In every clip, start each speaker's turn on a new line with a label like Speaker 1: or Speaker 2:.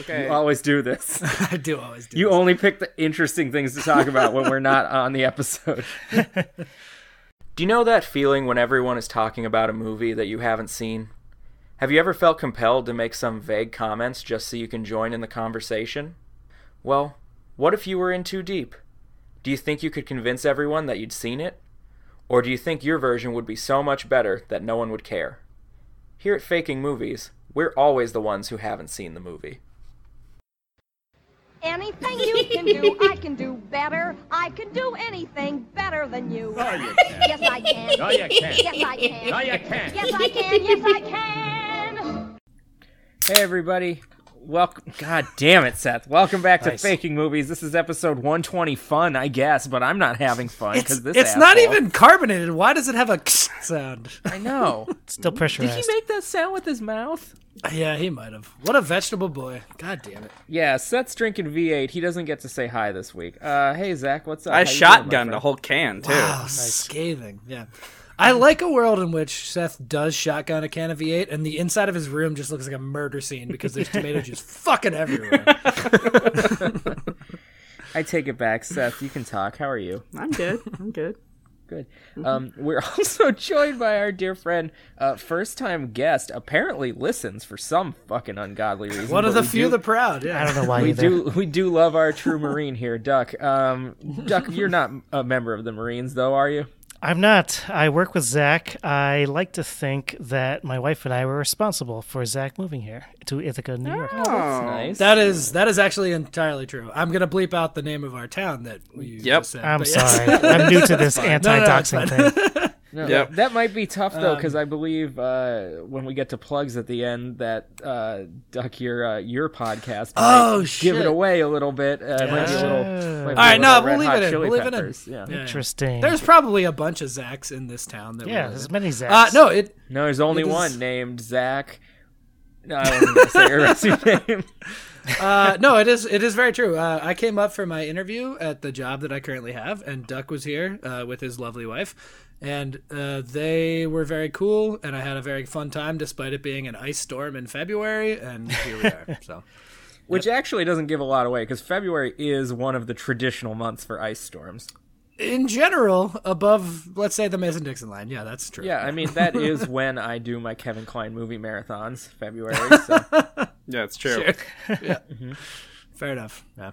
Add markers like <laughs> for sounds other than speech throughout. Speaker 1: Okay.
Speaker 2: You always do <laughs> this.
Speaker 3: I do always do.
Speaker 2: You
Speaker 3: this.
Speaker 2: only pick the interesting things to talk about when we're not on the episode. <laughs> do you know that feeling when everyone is talking about a movie that you haven't seen? Have you ever felt compelled to make some vague comments just so you can join in the conversation? Well, what if you were in too deep? Do you think you could convince everyone that you'd seen it? Or do you think your version would be so much better that no one would care? Here at Faking Movies, we're always the ones who haven't seen the movie.
Speaker 4: Anything you can do, I can do better. I can do anything better than you.
Speaker 1: No, you can't.
Speaker 4: Yes, I can.
Speaker 1: No, you can't.
Speaker 4: Yes, I can.
Speaker 1: No, you can't.
Speaker 4: Yes, I can. Yes, I can.
Speaker 2: Hey everybody. Welcome God damn it, Seth. Welcome back to
Speaker 3: Nice.
Speaker 2: Faking Movies. This is episode 120 fun, I guess, but I'm not having fun
Speaker 3: It's,
Speaker 2: cuz this
Speaker 3: it's not
Speaker 2: asshole-
Speaker 3: even carbonated. Why does it have a <laughs> sound?
Speaker 2: I know.
Speaker 3: <laughs> Still
Speaker 2: Did
Speaker 3: pressurized.
Speaker 2: he make that sound with his mouth?
Speaker 3: yeah, he might have. What a vegetable boy. God damn it.
Speaker 2: Yeah, Seth's drinking V8. He doesn't get to say hi this week. Uh hey Zach, what's up?
Speaker 5: I
Speaker 2: How you doing, my
Speaker 5: shotgunned a
Speaker 2: friend?
Speaker 5: whole can too.
Speaker 2: Oh,
Speaker 3: Wow, scathing. Yeah. I like a world in which Seth does shotgun a can of V8 and the inside of his room just looks like a murder scene because
Speaker 2: <laughs>
Speaker 3: there's tomato juice fucking everywhere.
Speaker 2: I take it back, Seth. You can talk. How are
Speaker 3: <laughs>
Speaker 2: you?
Speaker 5: <laughs> I'm good. I'm good.
Speaker 2: Good. Um, we're <laughs> also joined by our dear friend, uh, first-time guest. Apparently, listens for some fucking ungodly reason.
Speaker 3: One of
Speaker 2: but
Speaker 3: the
Speaker 2: we
Speaker 3: few,
Speaker 2: do-
Speaker 3: the proud. Yeah.
Speaker 6: I don't
Speaker 3: <laughs>
Speaker 6: know why
Speaker 2: we
Speaker 6: either.
Speaker 2: do we do love our true marine here duck um duck you're not a member of the marines though are you
Speaker 6: I'm not. I work with Zach. I like to think that my wife and I were responsible for Zach moving here to Ithaca, New York.
Speaker 3: Oh.
Speaker 2: that's nice
Speaker 3: That is that is actually entirely true. I'm gonna bleep out the name of our town that we
Speaker 5: Yep.
Speaker 3: just said.
Speaker 6: I'm
Speaker 3: but yes. <laughs>
Speaker 6: sorry. I'm new to this anti-doxing
Speaker 3: No, no,
Speaker 6: thing.
Speaker 2: No,
Speaker 5: Yep.
Speaker 2: that might be tough though
Speaker 3: Um,
Speaker 2: because i believe uh when we get to plugs at the end that uh duck your uh, your podcast
Speaker 3: Oh,
Speaker 2: might give
Speaker 3: shit.
Speaker 2: it away a little bit uh, it might be a little might be a
Speaker 6: All
Speaker 3: right, no,
Speaker 2: little
Speaker 3: we'll
Speaker 2: Red
Speaker 3: leave
Speaker 2: Hot
Speaker 3: it in,
Speaker 2: Chili
Speaker 3: we'll leave it in.
Speaker 2: Peppers, yeah.
Speaker 3: <laughs> Yeah.
Speaker 6: Interesting.
Speaker 3: There's probably a bunch of Zachs in this town that we
Speaker 6: yeah,
Speaker 3: live
Speaker 6: there's
Speaker 3: in.
Speaker 6: many Zachs.
Speaker 3: Uh, no, it
Speaker 2: no there's only
Speaker 3: It is-
Speaker 2: one named
Speaker 3: <laughs>
Speaker 2: zach no i wasn't gonna say your recipe name
Speaker 3: uh, no, it is it is very true. Uh, I came up for my interview at the job that I currently have, and Duck was here uh, with his lovely wife, and uh, they were very cool, and I had a very fun time despite it being an ice storm in February, and here we are.
Speaker 2: <laughs>
Speaker 3: So
Speaker 2: which actually doesn't give a lot away because february is one of the traditional months for ice storms
Speaker 3: in general, above let's say the Mason Dixon line, yeah, that's true.
Speaker 2: Yeah, I mean that <laughs> is when I do my Kevin Klein movie marathons, February. <laughs> So.
Speaker 5: <laughs> Yeah, it's true.
Speaker 3: fair enough. Yeah.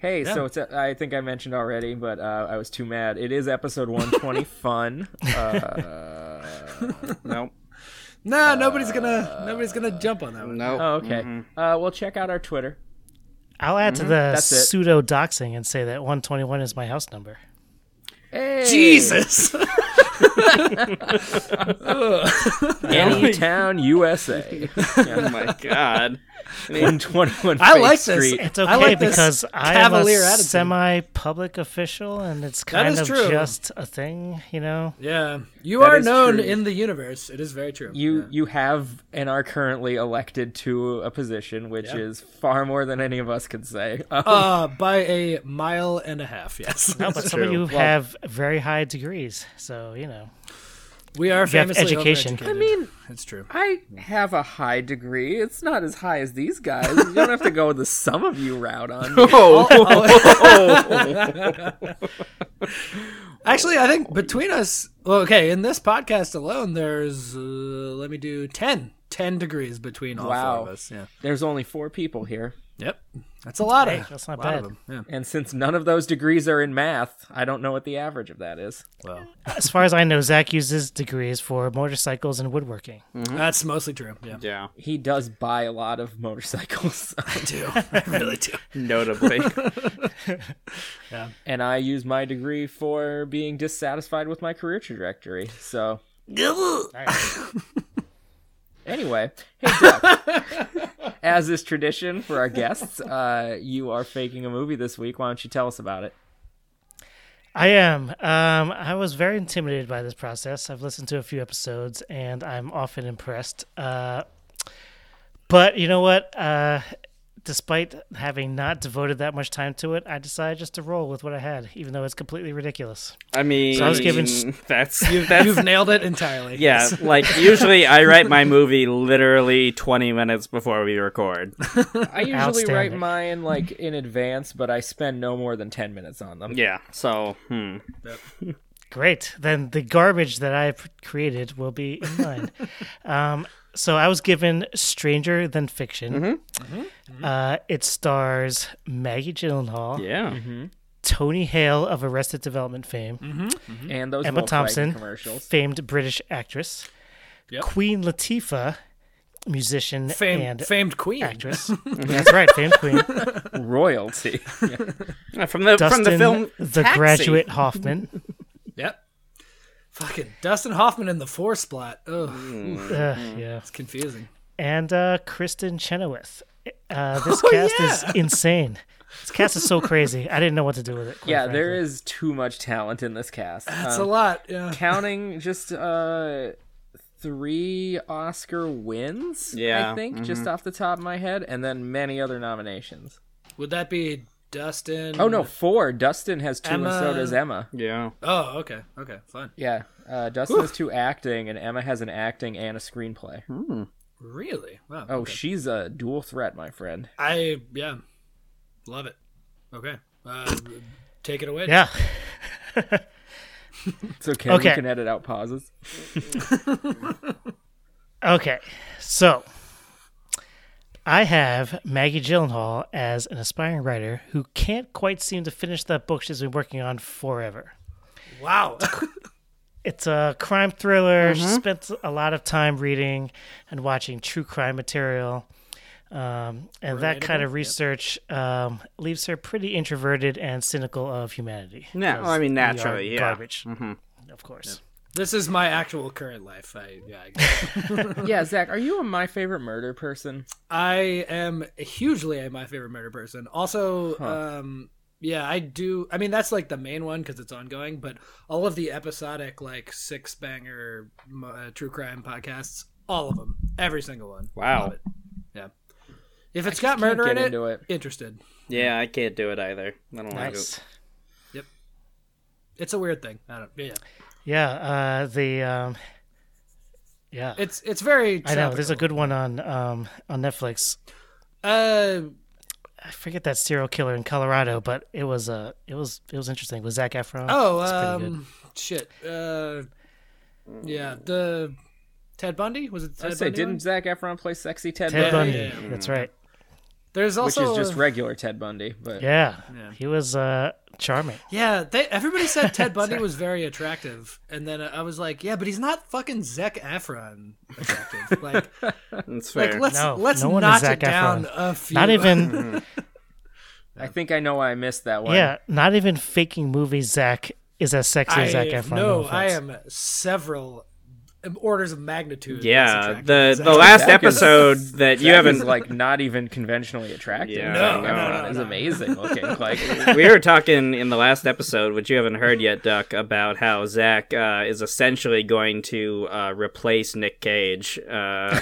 Speaker 2: hey, so it's I think I mentioned already, but uh, I was too mad. It is <laughs> episode 120 fun.
Speaker 5: Nope.
Speaker 3: No, nobody's gonna nobody's gonna jump on that one.
Speaker 5: Nope.
Speaker 2: Oh, okay. Uh, well, check out our Twitter.
Speaker 6: I'll add
Speaker 3: Mm-hmm.
Speaker 6: to the
Speaker 2: that's it.
Speaker 6: pseudo doxing and say that 121 is my house number.
Speaker 2: Hey, <laughs>
Speaker 3: Jesus. <laughs>
Speaker 2: Anytown, <laughs> USA.
Speaker 5: Oh my god.
Speaker 2: 121
Speaker 3: I
Speaker 2: Faith
Speaker 3: like this.
Speaker 2: Street.
Speaker 6: It's okay
Speaker 3: I like this
Speaker 6: because I am a
Speaker 3: cavalier attitude.
Speaker 6: semi-public official, and it's kind
Speaker 3: is
Speaker 6: of
Speaker 3: true.
Speaker 6: just a thing, you know.
Speaker 3: Yeah, you
Speaker 2: That
Speaker 3: are
Speaker 2: is
Speaker 3: known
Speaker 2: true.
Speaker 3: in the universe. It is very true.
Speaker 2: You you have and are currently elected to a position which is far more than any of us can say. Um,
Speaker 3: Uh, by a mile and a half. Yes,
Speaker 6: No, but some of
Speaker 2: true.
Speaker 6: you
Speaker 2: Well-
Speaker 6: have very high degrees, so you know.
Speaker 3: we are famously
Speaker 6: education.
Speaker 3: overeducated.
Speaker 2: I mean,
Speaker 3: it's true.
Speaker 2: I have a high degree. It's not as high as these guys. You don't have to go the sum of you route <laughs> on me.
Speaker 5: Oh, <laughs>
Speaker 3: Actually, I think between us, well, okay, in this podcast alone, there's uh, let me do 10, 10 degrees between all
Speaker 2: Wow.
Speaker 3: four of us. Yeah.
Speaker 2: There's only four people here.
Speaker 3: Yep. That's a lot
Speaker 6: Hey,
Speaker 3: of.
Speaker 6: that's not
Speaker 3: lot of
Speaker 6: bad.
Speaker 3: them. Yeah.
Speaker 2: And since none of those degrees are in math, I don't know what the average of that is.
Speaker 3: Well,
Speaker 6: As far as I know, Zach uses degrees for motorcycles and woodworking.
Speaker 5: Mm-hmm.
Speaker 3: that's mostly true. Yeah.
Speaker 5: yeah.
Speaker 2: He does buy a lot of <laughs> motorcycles,
Speaker 3: I do. <laughs> I really do.
Speaker 5: Notably.
Speaker 2: and I use my degree for being dissatisfied with my career trajectory. So, anyway, hey, Duck. <laughs> as is tradition for our guests, uh, you are faking a movie this week. Why don't you tell us about it?
Speaker 6: I am. Um, I was very intimidated by this process. I've listened to a few episodes, and I'm often impressed. Uh, but you know what? Uh, despite having not devoted that much time to it, I decided just to roll with what I had, even though it's completely ridiculous.
Speaker 5: I mean,
Speaker 6: So I was given s-
Speaker 5: <laughs> that's <laughs> that's
Speaker 3: You've nailed it entirely.
Speaker 5: yeah. <laughs> Like usually, I write my movie literally twenty minutes before we record.
Speaker 2: I usually
Speaker 6: Outstanding.
Speaker 2: write mine like in advance, but I spend no more than ten minutes on them.
Speaker 5: Yeah. So hmm.
Speaker 6: Great. Then the garbage that I've created will be in mine.
Speaker 5: <laughs>
Speaker 6: um, so I was given Stranger Than Fiction.
Speaker 5: Mm-hmm.
Speaker 6: Uh, it stars Maggie Gyllenhaal,
Speaker 5: Yeah.
Speaker 6: Tony Hale of Arrested Development fame,
Speaker 5: Mm-hmm.
Speaker 2: And those
Speaker 6: Emma
Speaker 2: Volkswagen
Speaker 6: Thompson,
Speaker 2: commercials.
Speaker 6: famed British actress,
Speaker 3: Yep.
Speaker 6: Queen Latifah, musician
Speaker 3: Famed,
Speaker 6: and
Speaker 3: famed
Speaker 5: <laughs>
Speaker 3: queen.
Speaker 6: actress. That's right, famed queen.
Speaker 2: Royalty.
Speaker 5: Yeah, From the
Speaker 6: Dustin,
Speaker 5: from the film
Speaker 6: The
Speaker 5: Taxi. <laughs>
Speaker 6: Graduate Hoffman.
Speaker 3: Yep. Fucking Dustin Hoffman in the four splat. Ugh,
Speaker 6: Ugh, yeah.
Speaker 3: it's confusing.
Speaker 6: and uh, Kristen Chenoweth.
Speaker 2: <laughs>
Speaker 6: Uh,
Speaker 2: Oh,
Speaker 6: this cast is insane. This cast is so crazy. I didn't know what to do with it. quite
Speaker 2: yeah, there
Speaker 6: frankly.
Speaker 2: is too much talent in this cast.
Speaker 3: That's
Speaker 2: Um,
Speaker 3: a lot. Yeah.
Speaker 2: counting just uh three Oscar wins.
Speaker 5: Yeah,
Speaker 2: I think just off the top of my head, and then many other nominations.
Speaker 3: Would that be Dustin?
Speaker 2: Oh no, four. Dustin has two,
Speaker 3: Mm. Emma-
Speaker 2: and so does Emma.
Speaker 5: Yeah.
Speaker 3: Oh, okay. Okay, fine.
Speaker 2: Yeah, uh, Dustin has two acting, and Emma has an acting and a screenplay.
Speaker 3: Really? Wow.
Speaker 2: Oh, she's a dual threat, my friend. <laughs>
Speaker 3: I yeah, love it. Okay, uh, take it away.
Speaker 6: Yeah.
Speaker 2: It's okay.
Speaker 6: Okay.
Speaker 2: We can edit out pauses.
Speaker 6: Okay. So I have Maggie Gyllenhaal as an aspiring writer who can't quite seem to finish that book she's been working on forever.
Speaker 3: Wow. <laughs>
Speaker 6: It's a crime thriller.
Speaker 5: Mm-hmm.
Speaker 6: She spent a lot of time reading and watching true crime material. Um, and that kind of research um, leaves her pretty introverted and cynical of humanity.
Speaker 5: Yeah, well, I mean,
Speaker 6: We are
Speaker 5: naturally, yeah.
Speaker 6: Garbage,
Speaker 5: mm-hmm.
Speaker 6: of course.
Speaker 3: this is my actual current life. I yeah.
Speaker 2: <laughs>
Speaker 3: I,
Speaker 2: yeah, Zach, are you a my favorite murder person?
Speaker 3: I am hugely a my favorite murder person. Also, um, yeah, I do. I mean, that's like the main one because it's ongoing. But all of the episodic, like six banger mo- uh, true crime podcasts, all of them, every single one.
Speaker 5: Wow.
Speaker 3: Love it. Yeah. If it's got murder
Speaker 2: get
Speaker 3: in it,
Speaker 2: into it.
Speaker 3: interested.
Speaker 5: Yeah, I can't do it either. I don't
Speaker 6: Nice.
Speaker 3: It's a weird thing. I don't. Yeah.
Speaker 6: Yeah. Uh, the um, yeah.
Speaker 3: It's it's very.
Speaker 6: I know. There's a
Speaker 3: topical.
Speaker 6: good one on um, on Netflix.
Speaker 3: Uh,
Speaker 6: I forget that serial killer in Colorado, but it was uh, it was it was interesting with Zach Efron.
Speaker 3: oh,
Speaker 6: It's pretty good.
Speaker 3: um, shit. Uh, yeah, the Ted Bundy was it? The
Speaker 2: I
Speaker 3: Ted
Speaker 2: say,
Speaker 3: Bundy
Speaker 2: didn't
Speaker 3: one?
Speaker 2: Zach Efron play sexy Ted,
Speaker 6: Ted
Speaker 2: Bundy?
Speaker 6: Bundy.
Speaker 3: yeah, yeah.
Speaker 6: That's right.
Speaker 3: There's
Speaker 2: Which
Speaker 3: also
Speaker 2: is just
Speaker 3: a-
Speaker 2: regular Ted Bundy, but
Speaker 6: Yeah. He was uh, charming.
Speaker 3: yeah. They, everybody said
Speaker 6: <laughs>
Speaker 3: Ted Bundy was very attractive, and then I was like, yeah, but he's not fucking Zac Efron attractive. like,
Speaker 6: <laughs>
Speaker 5: That's fair.
Speaker 3: like let's
Speaker 6: No,
Speaker 3: let's
Speaker 6: no one is
Speaker 3: notch
Speaker 6: Zac
Speaker 3: it down
Speaker 6: Efron.
Speaker 3: a few.
Speaker 6: Not even
Speaker 2: I think I know why I missed that one.
Speaker 6: Yeah, not even faking movie Zach is as sexy
Speaker 3: I,
Speaker 6: as Zach Efron.
Speaker 3: no,
Speaker 6: offense.
Speaker 3: I am several orders of magnitude. less
Speaker 5: yeah,
Speaker 3: attractive
Speaker 5: the
Speaker 3: than Zac
Speaker 5: the last
Speaker 2: Zach is-
Speaker 5: episode that you
Speaker 2: Zach is,
Speaker 5: haven't
Speaker 2: like <laughs> not even conventionally attractive.
Speaker 5: Yeah.
Speaker 2: Zac
Speaker 5: No, no,
Speaker 2: Efron
Speaker 3: no,
Speaker 2: is
Speaker 3: no.
Speaker 2: amazing
Speaker 3: <laughs>
Speaker 2: looking. Like
Speaker 5: we were talking in the last episode, which you haven't heard yet, Duck, about how Zach uh, is essentially going to uh, replace Nick Cage. Uh,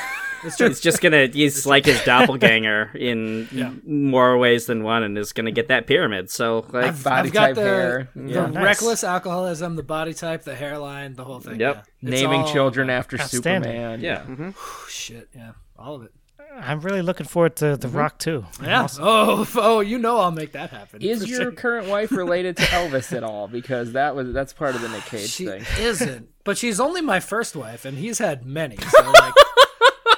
Speaker 5: he's just gonna he's like his <laughs> doppelganger in more ways than one, and is gonna get that pyramid. So like,
Speaker 2: body
Speaker 3: I've got
Speaker 2: type
Speaker 3: the-
Speaker 2: hair.
Speaker 3: The
Speaker 2: Yeah.
Speaker 6: nice.
Speaker 3: reckless alcoholism, the body type, the hairline, the whole thing.
Speaker 5: Yep.
Speaker 3: yeah. It's
Speaker 2: Naming
Speaker 3: all-
Speaker 2: children after
Speaker 6: Outstanding.
Speaker 2: Superman.
Speaker 5: yeah, mhm.
Speaker 3: Oh, <laughs> shit, yeah, all of it.
Speaker 6: I'm really looking forward to The Rock too.
Speaker 3: Yeah. <laughs> Oh, f- oh, you know I'll make that happen.
Speaker 2: Is <laughs>
Speaker 3: <laughs>
Speaker 2: your current wife related to Elvis at all? Because that was that's part of the Nick Cage
Speaker 3: she
Speaker 2: thing.
Speaker 3: isn't,
Speaker 2: <laughs>
Speaker 3: but she's only my first wife, and he's had many. So
Speaker 2: <laughs>
Speaker 3: like,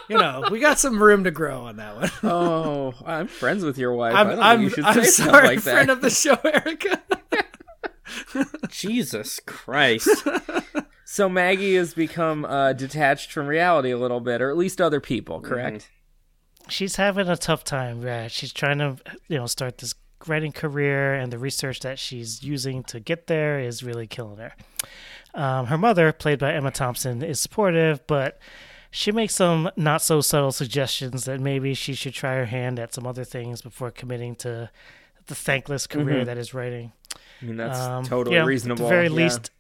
Speaker 3: you know, we got some room to grow on that one.
Speaker 2: Oh, I'm friends with your wife. I'm, I do
Speaker 3: <laughs> I'm,
Speaker 2: not think you
Speaker 3: I'm,
Speaker 2: should
Speaker 3: I'm
Speaker 2: say
Speaker 3: sorry,
Speaker 2: something like that.
Speaker 3: friend of the show,
Speaker 2: <laughs>
Speaker 3: Erica.
Speaker 5: Jesus <laughs> Christ.
Speaker 2: so Maggie has become uh, detached from reality a little bit, or at least other people. Correct.
Speaker 6: She's having a tough time. Yeah, she's trying to you know start this writing career, and the research that she's using to get there is really killing her. Um, her mother, played by Emma Thompson, is supportive, but she makes some not so subtle suggestions that maybe she should try her hand at some other things before committing to the thankless career that is writing.
Speaker 2: Mm-hmm. I mean, that's
Speaker 6: Um,
Speaker 2: totally
Speaker 6: you know,
Speaker 2: reasonable.
Speaker 6: At the very
Speaker 2: yeah.
Speaker 6: least,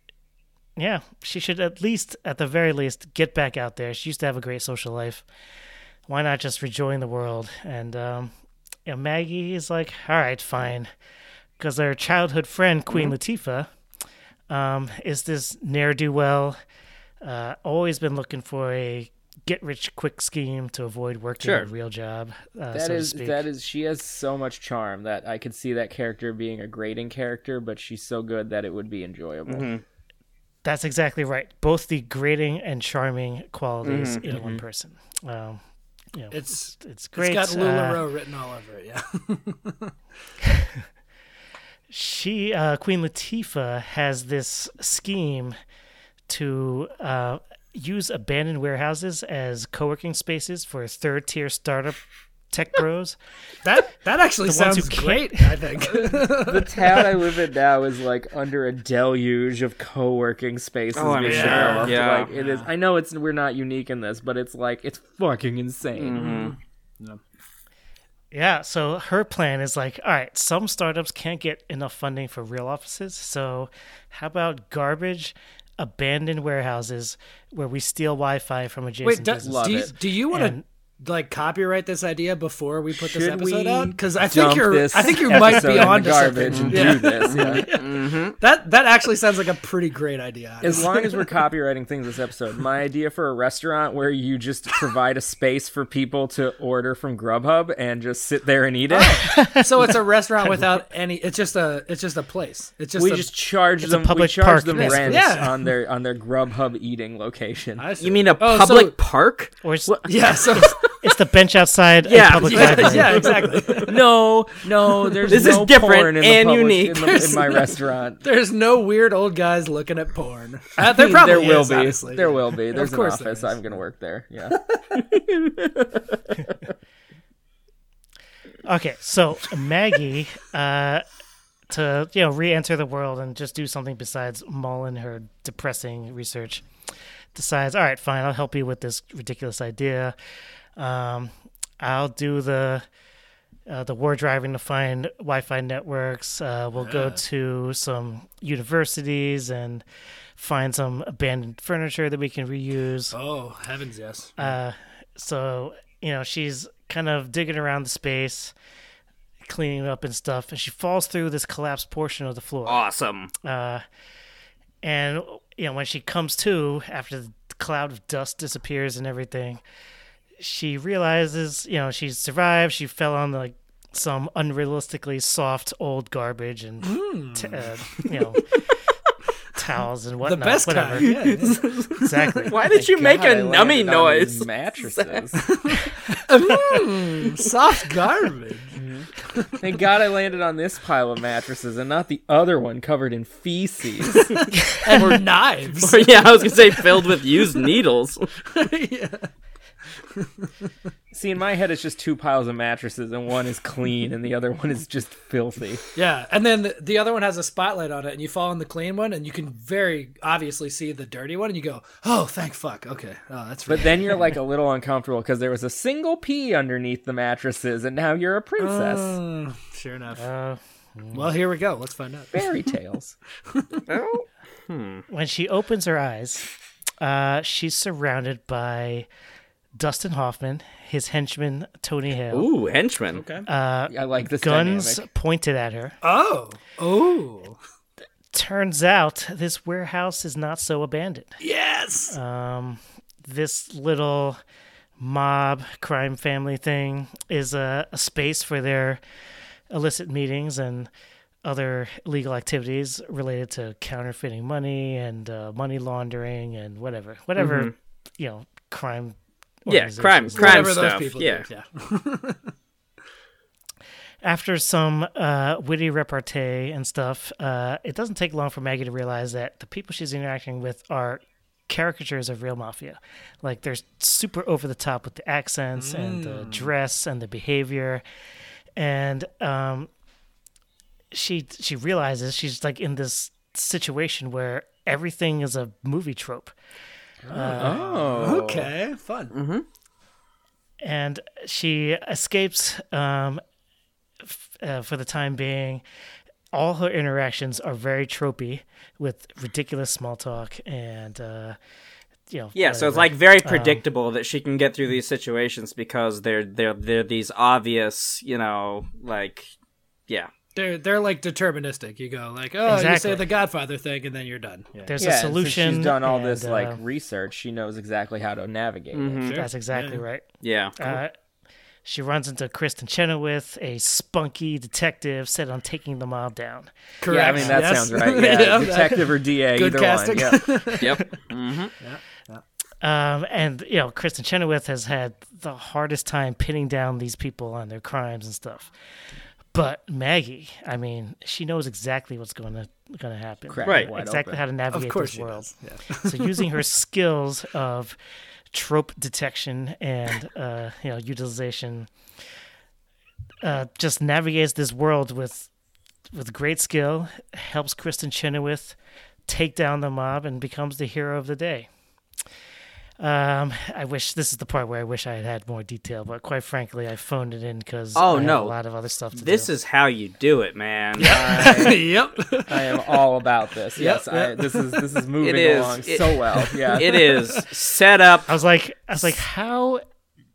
Speaker 6: yeah, she should at least, at the very least, get back out there. She used to have a great social life. Why not just rejoin the world? And um, And Maggie is like, all right, fine. Because her childhood friend, Queen
Speaker 2: Mm-hmm.
Speaker 6: Latifah, um, is this ne'er do well, uh, always been looking for a get rich quick scheme to avoid working
Speaker 5: Sure.
Speaker 6: a real job. Uh,
Speaker 2: That
Speaker 6: so
Speaker 2: is
Speaker 6: to speak.
Speaker 2: that is she has so much charm that I could see that character being a grating character, but she's so good that it would be enjoyable.
Speaker 6: That's exactly right. Both the grating and charming qualities
Speaker 2: Mm-hmm,
Speaker 6: in one person. Um, you know,
Speaker 3: It's
Speaker 6: it's
Speaker 3: it's
Speaker 6: great.
Speaker 3: got
Speaker 6: Uh,
Speaker 3: LuLaRoe written all over it. Yeah.
Speaker 6: she uh, Queen Latifah has this scheme to uh, use abandoned warehouses as co-working spaces for third tier startup tech bros.
Speaker 3: <laughs> That that actually
Speaker 6: The ones who
Speaker 3: sounds
Speaker 6: can't-
Speaker 3: great.
Speaker 2: <laughs>
Speaker 3: I think.
Speaker 2: The town I live in now is like under a deluge of co-working spaces.
Speaker 5: Oh, I'm
Speaker 2: being
Speaker 5: sure.
Speaker 2: developed.
Speaker 5: Yeah.
Speaker 2: Like it is. I know it's we're not unique in this, but it's like it's fucking insane.
Speaker 6: Yeah, so her plan is like, all right, some startups can't get enough funding for real offices, so how about garbage abandoned warehouses where we steal Wi-Fi from adjacent
Speaker 3: Wait, do,
Speaker 6: businesses?
Speaker 2: Love
Speaker 3: do, you,
Speaker 2: it.
Speaker 3: do you want
Speaker 6: And-
Speaker 3: to like copyright this idea before we put this
Speaker 2: Should
Speaker 3: episode
Speaker 2: we
Speaker 3: out? Because I think
Speaker 2: Dump
Speaker 3: you're,
Speaker 2: this
Speaker 3: I think you might
Speaker 2: episode in
Speaker 3: be
Speaker 2: the
Speaker 3: on
Speaker 2: garbage
Speaker 3: something.
Speaker 2: and
Speaker 3: Yeah.
Speaker 2: do this. yeah.
Speaker 3: That that actually sounds like a pretty great idea.
Speaker 2: As long as we're copywriting things this episode, my idea for a restaurant where you just provide a space for people to order from Grubhub and just sit there and eat
Speaker 5: Oh,
Speaker 2: it.
Speaker 3: <laughs>
Speaker 2: <laughs>
Speaker 3: so it's a restaurant without any. It's just a it's just a place. It's just
Speaker 2: we
Speaker 3: a,
Speaker 2: just charge
Speaker 6: a
Speaker 2: them. We
Speaker 6: public
Speaker 2: charge
Speaker 6: park,
Speaker 2: them
Speaker 6: basically.
Speaker 2: rents
Speaker 3: Yeah.
Speaker 2: on their on their Grubhub eating location.
Speaker 3: I see.
Speaker 5: You mean a
Speaker 3: Oh, so-
Speaker 5: public park?
Speaker 6: Or it's,
Speaker 3: <laughs> yeah. So
Speaker 6: it's the bench outside
Speaker 5: Yeah,
Speaker 6: a public
Speaker 5: yeah,
Speaker 3: <laughs>
Speaker 6: library.
Speaker 3: yeah,
Speaker 2: <laughs>
Speaker 3: exactly.
Speaker 2: No, no, there's
Speaker 5: This is
Speaker 2: no
Speaker 5: different
Speaker 2: porn in the
Speaker 5: and
Speaker 2: public-
Speaker 5: unique.
Speaker 2: in, <laughs> the-
Speaker 5: There's
Speaker 2: in my
Speaker 5: no-
Speaker 2: restaurant.
Speaker 3: There's no weird old guys looking at porn. Uh, there probably
Speaker 2: there will
Speaker 3: is,
Speaker 2: be.
Speaker 3: honestly.
Speaker 2: There will be. There's an
Speaker 3: course there
Speaker 2: office.
Speaker 3: is.
Speaker 2: I'm gonna work there. Yeah.
Speaker 6: Okay, so Maggie, uh, to you know re-enter the world and just do something besides mull in her depressing research, decides, all right, fine, I'll help you with this ridiculous idea. Um, I'll do the uh, the war driving to find Wi-Fi networks. Uh, we'll go to some universities and find some abandoned furniture that we can reuse.
Speaker 3: <laughs> Oh heavens, yes.
Speaker 6: So, you know, she's kind of digging around the space, cleaning up and stuff, and she falls through this collapsed portion of the floor.
Speaker 3: Oh.
Speaker 5: Awesome.
Speaker 6: And, you know, when she comes to after the cloud of dust disappears and everything, she realizes, you know, she's survived. She fell on like some unrealistically soft old garbage and, t- uh, you
Speaker 3: <laughs>
Speaker 6: know, towels and
Speaker 3: Hmm. the
Speaker 6: whatnot.
Speaker 3: best
Speaker 6: whatever.
Speaker 3: kind. Yeah, yeah. <laughs>
Speaker 6: Exactly.
Speaker 5: Why did you <laughs> make
Speaker 2: God,
Speaker 5: a
Speaker 2: I landed
Speaker 5: nummy
Speaker 2: on these
Speaker 5: noise?
Speaker 2: Mattresses.
Speaker 3: Hmm, soft garbage.
Speaker 2: Thank God I landed on this pile of mattresses and not the other one covered in feces.
Speaker 3: <laughs> or
Speaker 1: <laughs>
Speaker 3: knives.
Speaker 5: <laughs> yeah, I was gonna say filled with used needles.
Speaker 3: yeah.
Speaker 2: See, in my head, it's just two piles of mattresses, and one is clean and the other one is just filthy.
Speaker 3: Yeah, and then the, the other one has a spotlight on it, and you fall on the clean one, and you can very obviously see the dirty one, and you go, "Oh, thank fuck, okay, oh, that's
Speaker 2: But
Speaker 3: right."
Speaker 2: then you're like a little uncomfortable because there was a single pee underneath the mattresses, and now you're a princess.
Speaker 3: Mm, sure enough.
Speaker 6: Uh,
Speaker 3: well, here we go. Let's find out.
Speaker 2: Fairy tales.
Speaker 6: when she opens her eyes, uh, she's surrounded by Dustin Hoffman, his henchman Tony Hale,
Speaker 5: Ooh, henchman.
Speaker 2: I like this
Speaker 6: guns
Speaker 2: dynamic.
Speaker 6: pointed at her.
Speaker 3: Oh, oh,
Speaker 6: Turns out this warehouse is not so abandoned.
Speaker 3: yes.
Speaker 6: Um, this little mob crime family thing is a, a space for their illicit meetings and other illegal activities related to counterfeiting money and uh, money laundering and whatever, whatever you know, crime.
Speaker 5: Mm-hmm. yeah, crime,
Speaker 6: organizations.
Speaker 5: crime
Speaker 3: Whatever
Speaker 5: stuff.
Speaker 3: those people
Speaker 5: yeah.
Speaker 3: do. Yeah.
Speaker 6: after some uh, witty repartee and stuff, uh, it doesn't take long for Maggie to realize that the people she's interacting with are caricatures of real mafia. Like they're super over the top with the accents and the dress and the behavior, and um, she she realizes she's like in this situation where everything is a movie trope.
Speaker 3: Okay, fun.
Speaker 6: and she escapes um, f- uh, for the time being. All her interactions are very tropey with ridiculous small talk and uh, you know.
Speaker 5: Yeah, so it's
Speaker 6: whatever. Um,
Speaker 5: like very predictable that she can get through these situations because they're they're they're these obvious, you know, like yeah.
Speaker 3: They're they're like deterministic. You go like, oh, you say
Speaker 6: Exactly.
Speaker 3: the Godfather thing, and then you're done. Yeah.
Speaker 6: there's
Speaker 2: yeah, and
Speaker 6: a
Speaker 2: since
Speaker 6: solution.
Speaker 2: she's done all
Speaker 6: and,
Speaker 2: this
Speaker 6: uh,
Speaker 2: like research. She knows exactly how to navigate. It.
Speaker 3: Sure.
Speaker 6: That's exactly right.
Speaker 5: Mm-hmm. Yeah.
Speaker 6: <laughs> Uh, she runs into Kristen Chenoweth, a spunky detective set on taking the mob down.
Speaker 3: Correct.
Speaker 2: Yeah, I mean that
Speaker 3: Yes.
Speaker 2: sounds
Speaker 3: <laughs>
Speaker 2: right. Yeah,
Speaker 3: Yeah.
Speaker 2: detective or DA,
Speaker 3: Good
Speaker 2: either
Speaker 3: casting.
Speaker 2: one. Yeah.
Speaker 5: yep.
Speaker 6: Um, and you know, Kristen Chenoweth has had the hardest time pinning down these people on their crimes and stuff. But Maggie, I mean, she knows exactly what's going to going to happen.
Speaker 2: Crack it
Speaker 5: Right.
Speaker 2: wide
Speaker 6: Exactly
Speaker 2: open.
Speaker 6: how to navigate
Speaker 3: Of course
Speaker 6: this
Speaker 3: she
Speaker 6: world.
Speaker 3: does.
Speaker 6: <laughs> so using her skills of trope detection and uh, you know utilization, uh, just navigates this world with with great skill. Helps Kristen Chenoweth take down the mob and becomes the hero of the day. Um, I wish this is the part where I wish I had had more detail, but quite frankly, I phoned it in because
Speaker 5: Oh,
Speaker 6: I have
Speaker 5: no.
Speaker 6: a lot of other stuff to
Speaker 5: This
Speaker 6: do.
Speaker 5: is how you do it, man.
Speaker 3: Yeah. yep. <laughs>
Speaker 2: I am all about this. Yes, I,
Speaker 3: yep.
Speaker 2: this is
Speaker 3: <laughs>
Speaker 2: this is moving
Speaker 5: is.
Speaker 2: along
Speaker 5: It-
Speaker 2: so well. Yeah,
Speaker 5: it is set up.
Speaker 6: I was like, I was like, how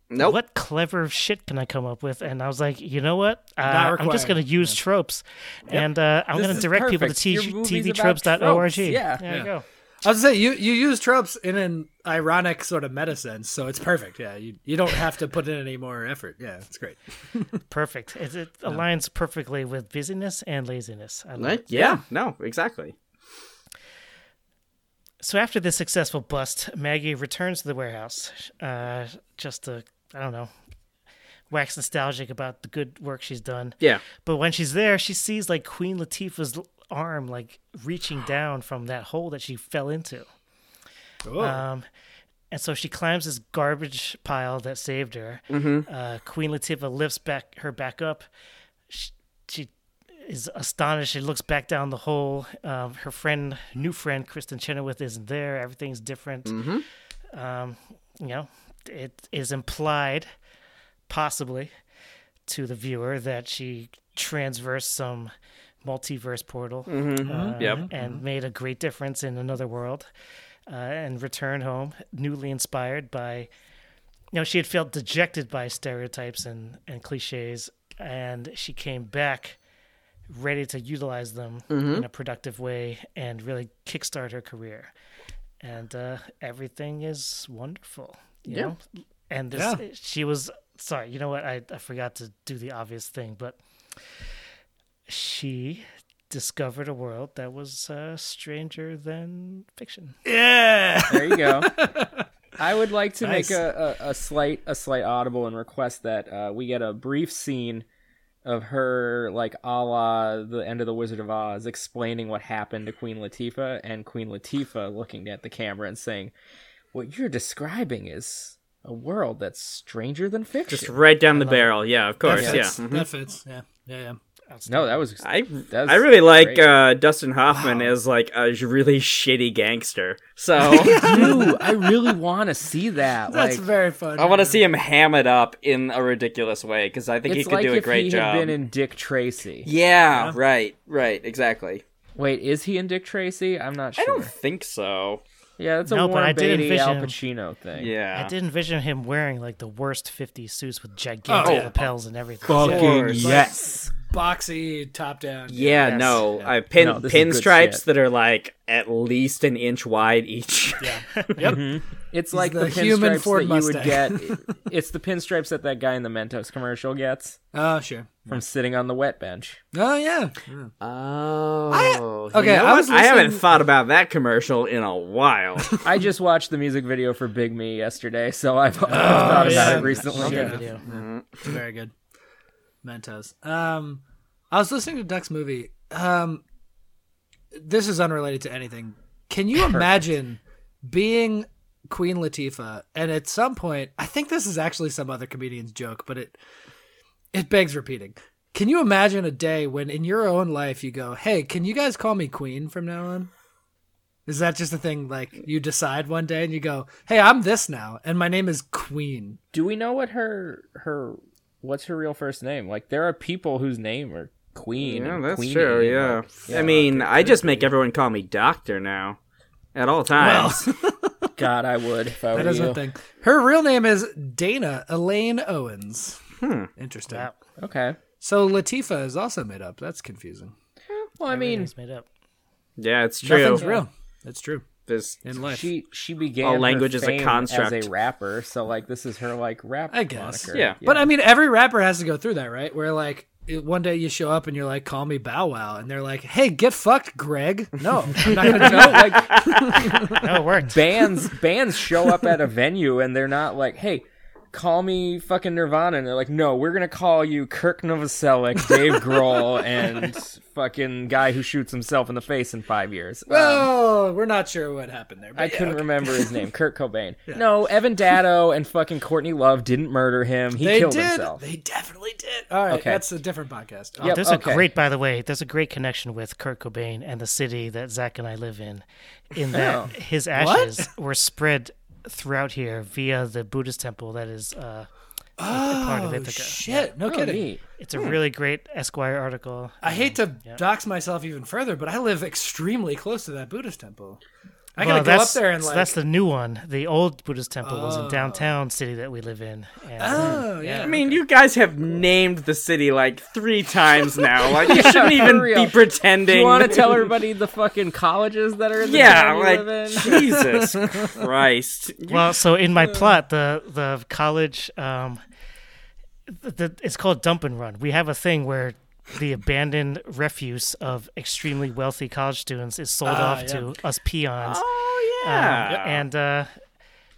Speaker 5: Nope.
Speaker 6: what clever shit can I come up with? And I was like, you know what? Uh,
Speaker 3: Not
Speaker 6: I'm just
Speaker 3: required.
Speaker 6: going to use tropes, and uh, I'm
Speaker 2: This
Speaker 6: going to
Speaker 2: is
Speaker 6: direct people to
Speaker 2: perfect. Your
Speaker 6: t-
Speaker 2: movie's about
Speaker 6: tvtropes.org.
Speaker 2: tropes. Yeah.
Speaker 6: there
Speaker 3: Yeah.
Speaker 6: you go.
Speaker 3: I was gonna say you you use tropes in an ironic sort of meta sense, so it's perfect. Yeah, you you don't have to put in any more effort. Yeah, it's great.
Speaker 6: Perfect. It, it aligns perfectly with busyness and laziness. I love it.
Speaker 5: Like, yeah. No. Exactly.
Speaker 6: So after this successful bust, Maggie returns to the warehouse, uh, just to I don't know, wax nostalgic about the good work she's done.
Speaker 5: Yeah.
Speaker 6: But when she's there, she sees like Queen Latifah's l- arm like reaching down from that hole that she fell into.
Speaker 3: Oh.
Speaker 6: Um, and so she climbs this garbage pile that saved her. Uh, Queen Latifah lifts back her back up. She, she is astonished. She looks back down the hole. Um, her friend, new friend Kristen Chenoweth, isn't there. Everything's different. Um, you know, it is implied, possibly, to the viewer that she transversed some multiverse portal uh,
Speaker 5: Mm-hmm. Yep.
Speaker 6: and made a great difference in another world uh, and returned home newly inspired by you know she had felt dejected by stereotypes and and cliches and she came back ready to utilize them
Speaker 5: Mm-hmm.
Speaker 6: in a productive way and really kickstart her career and uh, everything is wonderful you
Speaker 5: Yeah.
Speaker 6: know and this
Speaker 3: Yeah.
Speaker 6: she was sorry you know what I, I forgot to do the obvious thing but she discovered a world that was uh, stranger than fiction
Speaker 3: yeah.
Speaker 2: there you go. I would like to
Speaker 3: Nice.
Speaker 2: make a, a, a slight a slight audible and request that uh, we get a brief scene of her like a la the end of the Wizard of Oz explaining what happened to Queen Latifah and Queen Latifah looking at the camera and saying, "What you're describing is a world that's stranger than fiction."
Speaker 5: Just right down the barrel. Yeah. Of
Speaker 3: That
Speaker 5: course. Yeah. Mm-hmm.
Speaker 3: fits. That fits. Yeah. Yeah. Yeah.
Speaker 2: no, that was <laughs>
Speaker 5: I
Speaker 2: That's
Speaker 5: I really like
Speaker 2: great.
Speaker 5: uh, Dustin Hoffman as like a j- really shitty gangster. So
Speaker 2: <laughs> Ooh, I really want to see that.
Speaker 3: That's
Speaker 2: like,
Speaker 3: very fun.
Speaker 5: I want to see him hammered up in a ridiculous way because I think he
Speaker 2: it's
Speaker 5: could
Speaker 2: like
Speaker 5: do a
Speaker 2: if
Speaker 5: great
Speaker 2: he
Speaker 5: job.
Speaker 2: had been in Dick Tracy.
Speaker 5: yeah, Right. Right. Exactly.
Speaker 2: Wait, is he in Dick Tracy? I'm not sure.
Speaker 5: I don't think so.
Speaker 2: Yeah, that's a
Speaker 6: No, but I
Speaker 2: Warren
Speaker 6: did
Speaker 2: Beatty,
Speaker 6: envision
Speaker 2: Al
Speaker 6: him.
Speaker 2: Pacino thing.
Speaker 5: Yeah.
Speaker 6: I did envision him wearing like the worst 50 suits with gigantic
Speaker 3: Oh, yeah.
Speaker 6: lapels and everything.
Speaker 5: Fucking
Speaker 2: yes.
Speaker 3: boxy top down.
Speaker 5: Yeah,
Speaker 6: Yes.
Speaker 5: no, I pin
Speaker 2: No, this is good
Speaker 5: pinstripes
Speaker 2: shit.
Speaker 5: that are like at least an inch wide each.
Speaker 2: <laughs> It's like
Speaker 3: the
Speaker 2: the,
Speaker 3: human
Speaker 2: pinstripes
Speaker 3: Ford
Speaker 2: that you would
Speaker 3: <laughs>
Speaker 2: get. It's the pinstripes that that guy in the Mentos commercial gets
Speaker 3: Oh sure.
Speaker 2: from sitting on the wet bench.
Speaker 3: Oh yeah.
Speaker 5: Oh,
Speaker 3: I- okay, I
Speaker 5: I,
Speaker 3: was
Speaker 5: I haven't
Speaker 3: listening-
Speaker 5: thought about that commercial in a
Speaker 2: <laughs>
Speaker 5: while.
Speaker 2: I just watched the music video for Big Me yesterday, so
Speaker 6: <laughs> Oh,
Speaker 2: I've, I've thought
Speaker 3: yeah.
Speaker 2: about it recently.
Speaker 3: Sure.
Speaker 2: Yeah.
Speaker 6: Video.
Speaker 3: Very good. Mentos. Um, I was listening to Duck's movie. Um, this is unrelated to anything. Can you imagine being Queen Latifah? And at some point, I think this is actually some other comedian's joke, but it it begs repeating. Can you imagine a day when in your own life you go, "Hey, can you guys call me Queen from now on?" Is that just a thing like you decide one day and you go, "Hey, I'm this now, and my name is Queen."
Speaker 2: Do we know what her her what's her real first name? Like there are people whose name are Queen.
Speaker 5: yeah,
Speaker 2: and
Speaker 5: that's
Speaker 2: Queenie,
Speaker 5: true.
Speaker 2: and,
Speaker 5: Yeah,
Speaker 2: like, <laughs>
Speaker 5: I mean, I just make everyone call me doctor now, at all times.
Speaker 2: God, I would if I were
Speaker 3: That is
Speaker 2: you.
Speaker 3: one thing. Her real name is Dana Elaine Owens. Interesting.
Speaker 6: Wow.
Speaker 2: Okay.
Speaker 3: So Latifa is also made up. That's confusing.
Speaker 2: Well, I mean,
Speaker 6: It's made up.
Speaker 1: Yeah, it's true.
Speaker 3: Nothing's real. That's true.
Speaker 1: This-
Speaker 3: In life.
Speaker 2: she she began
Speaker 1: All
Speaker 2: her
Speaker 1: language is a
Speaker 2: fame as
Speaker 1: construct.
Speaker 2: a rapper, so like this is her like rap.
Speaker 3: I guess.
Speaker 2: moniker. uh,
Speaker 1: Yeah. <laughs>
Speaker 3: But I mean, every rapper has to go through that, right? Where like it- one day you show up and you're like, "Call me Bow Wow," and they're like, "Hey, get fucked, Greg." No, I'm not gonna
Speaker 2: <laughs>
Speaker 3: do
Speaker 2: No, like
Speaker 6: No, it worked.
Speaker 2: bands bands show up at a venue and they're not like, hey. Call me fucking Nirvana, and they're like, "No, we're gonna call you Kirk Novoselic, Dave
Speaker 3: <laughs>
Speaker 2: Grohl, and fucking guy who shoots himself in the face in five years." Um,
Speaker 3: Well, we're not sure what happened there. But
Speaker 2: I
Speaker 3: yeah,
Speaker 2: couldn't
Speaker 3: okay.
Speaker 2: remember his name. Kurt
Speaker 3: <laughs>
Speaker 2: Cobain. No, Evan Datto and fucking Courtney Love didn't murder him. He
Speaker 3: They
Speaker 2: killed
Speaker 3: did.
Speaker 2: himself.
Speaker 3: They definitely did. All right,
Speaker 2: Okay.
Speaker 3: that's a different podcast. Oh,
Speaker 2: Yep.
Speaker 6: There's
Speaker 2: okay.
Speaker 6: a great, by the way, there's a great connection with Kurt Cobain and the city that Zach and I live in, in that
Speaker 3: Oh.
Speaker 6: his ashes were spread throughout here via the Buddhist temple that is uh, a- a part of
Speaker 3: Oh,
Speaker 6: Ithaca.
Speaker 3: shit! No
Speaker 2: Oh,
Speaker 3: kidding.
Speaker 2: neat.
Speaker 6: It's a really great Esquire article.
Speaker 3: I hate to dox myself even further, but I live extremely close to that Buddhist temple. I
Speaker 6: Well,
Speaker 3: gotta go up
Speaker 6: that's-
Speaker 3: there and
Speaker 6: so
Speaker 3: like.
Speaker 6: that's the new one. The old Buddhist temple was in downtown city that we live in. And,
Speaker 3: oh yeah.
Speaker 1: I mean, you guys have named the city like three times now.
Speaker 2: <laughs>
Speaker 1: Like you shouldn't even
Speaker 2: for real.
Speaker 1: be pretending.
Speaker 2: Do you want to tell
Speaker 1: <laughs>
Speaker 2: everybody the fucking colleges that are in the
Speaker 1: yeah,
Speaker 2: town you
Speaker 1: like
Speaker 2: live in? <laughs>
Speaker 1: Jesus Christ.
Speaker 6: Well, so in my plot, the the college, um, the, the, it's called dump and run. We have a thing where the abandoned refuse of extremely wealthy college students is sold
Speaker 2: Ah,
Speaker 6: off to us peons,
Speaker 1: Oh
Speaker 6: Um,
Speaker 1: yeah.
Speaker 6: and uh,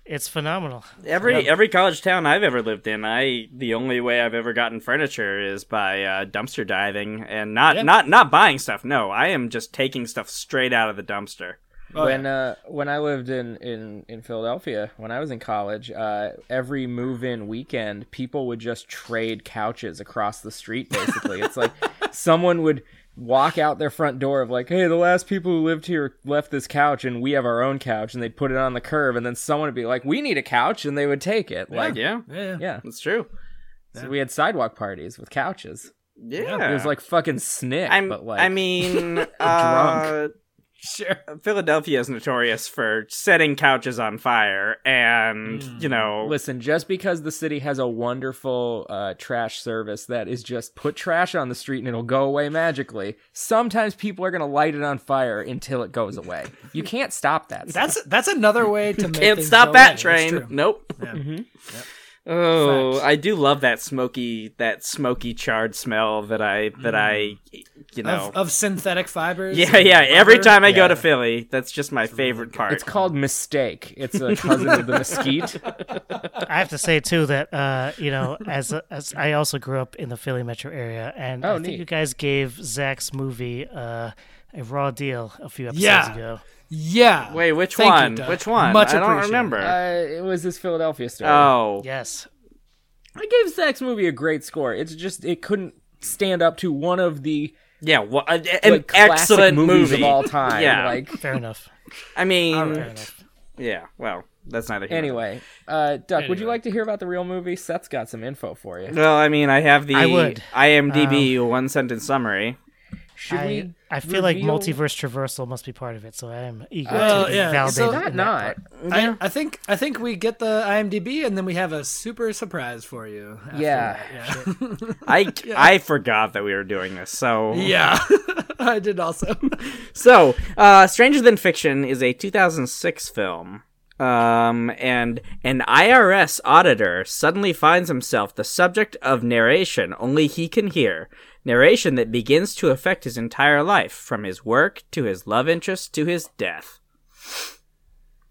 Speaker 6: it's phenomenal.
Speaker 1: Every every college town I've ever lived in, I the only way I've ever gotten furniture is by uh, dumpster diving and not not not buying stuff. No, I am just taking stuff straight out of the dumpster.
Speaker 2: when uh, when I lived in, in, in Philadelphia, when I was in college, uh, every move in weekend, people would just trade couches across the street. Basically, it's
Speaker 1: <laughs>
Speaker 2: like someone would walk out their front door of like, "Hey, the last people who lived here left this couch, and we have our own couch," and they'd put it on the curb, and then someone would be like, "We need a couch," and they would take it. Like,
Speaker 1: Yeah,
Speaker 3: yeah.
Speaker 2: yeah,
Speaker 1: that's true.
Speaker 2: So we had sidewalk parties with couches.
Speaker 1: Yeah,
Speaker 2: It was like fucking snick,
Speaker 1: I'm.
Speaker 2: but like <laughs>
Speaker 1: I mean, uh,
Speaker 2: Drunk.
Speaker 3: Sure.
Speaker 1: Philadelphia is notorious for setting couches on fire, and
Speaker 3: Mm.
Speaker 1: you know,
Speaker 2: Listen, just because the city has a wonderful uh, trash service that is just put trash on the street and it'll go away magically, sometimes people are going to light it on fire until it goes away. You can't stop that. stuff.
Speaker 3: That's that's another way to make
Speaker 1: can't
Speaker 3: things
Speaker 1: stop
Speaker 3: go away.
Speaker 1: that
Speaker 3: It's
Speaker 1: train.
Speaker 3: true.
Speaker 1: Nope.
Speaker 2: Mm-hmm.
Speaker 1: Oh, I do love that smoky, that smoky charred smell that I that I, you know.
Speaker 3: Mm. Of, of synthetic fibers.
Speaker 1: yeah,
Speaker 3: and
Speaker 1: yeah. Every
Speaker 3: rubber.
Speaker 1: time I go to Philly, that's just my favorite part.
Speaker 2: It's called Mistake. It's a cousin of the mesquite.
Speaker 6: I have to say too that uh, you know, as as I also grew up in the Philly metro area, and
Speaker 2: Oh,
Speaker 6: I think
Speaker 2: neat.
Speaker 6: you guys gave Zach's movie uh, a raw deal a few episodes
Speaker 3: Yeah.
Speaker 6: ago.
Speaker 3: Yeah.
Speaker 1: Wait, which
Speaker 3: Thank you,
Speaker 1: one?
Speaker 3: Doug.
Speaker 1: which one?
Speaker 3: Much
Speaker 1: I don't
Speaker 3: appreciated.
Speaker 1: remember.
Speaker 2: <laughs> Uh, it was this Philadelphia story.
Speaker 1: oh,
Speaker 6: Yes,
Speaker 2: I gave Zach's movie a great score. It's just, it couldn't stand up to one of the
Speaker 1: yeah. wha- an
Speaker 2: like, classic
Speaker 1: excellent
Speaker 2: movies
Speaker 1: movie
Speaker 2: of all time.
Speaker 1: Yeah.
Speaker 2: Like,
Speaker 6: fair enough.
Speaker 1: I mean,
Speaker 6: Fair enough.
Speaker 1: yeah. Well, that's neither. Here nor
Speaker 2: Anyway, uh, Duck, would you like to hear about the real movie? Seth's got some info for you.
Speaker 1: there. Well, I mean, I have the
Speaker 6: I would.
Speaker 1: IMDb one sentence summary.
Speaker 2: Should
Speaker 6: I,
Speaker 2: we?
Speaker 6: I feel like
Speaker 2: reveal-
Speaker 6: multiverse traversal must be part of it, so I am eager
Speaker 3: Well,
Speaker 6: to
Speaker 3: yeah,
Speaker 6: validate
Speaker 3: so
Speaker 6: it
Speaker 2: Not
Speaker 6: in that
Speaker 2: not.
Speaker 6: part.
Speaker 3: I, I think I think we get the IMDb and then we have a super surprise for you. after
Speaker 2: Yeah.
Speaker 3: that.
Speaker 1: I I forgot that we were doing this. So
Speaker 3: Yeah. <laughs> yeah. I did also.
Speaker 1: So, uh, Stranger Than Fiction is a 2006 film. Um, and an IRS auditor suddenly finds himself the subject of narration only he can hear. Narration that begins to affect his entire life, from his work to his love interest to his death.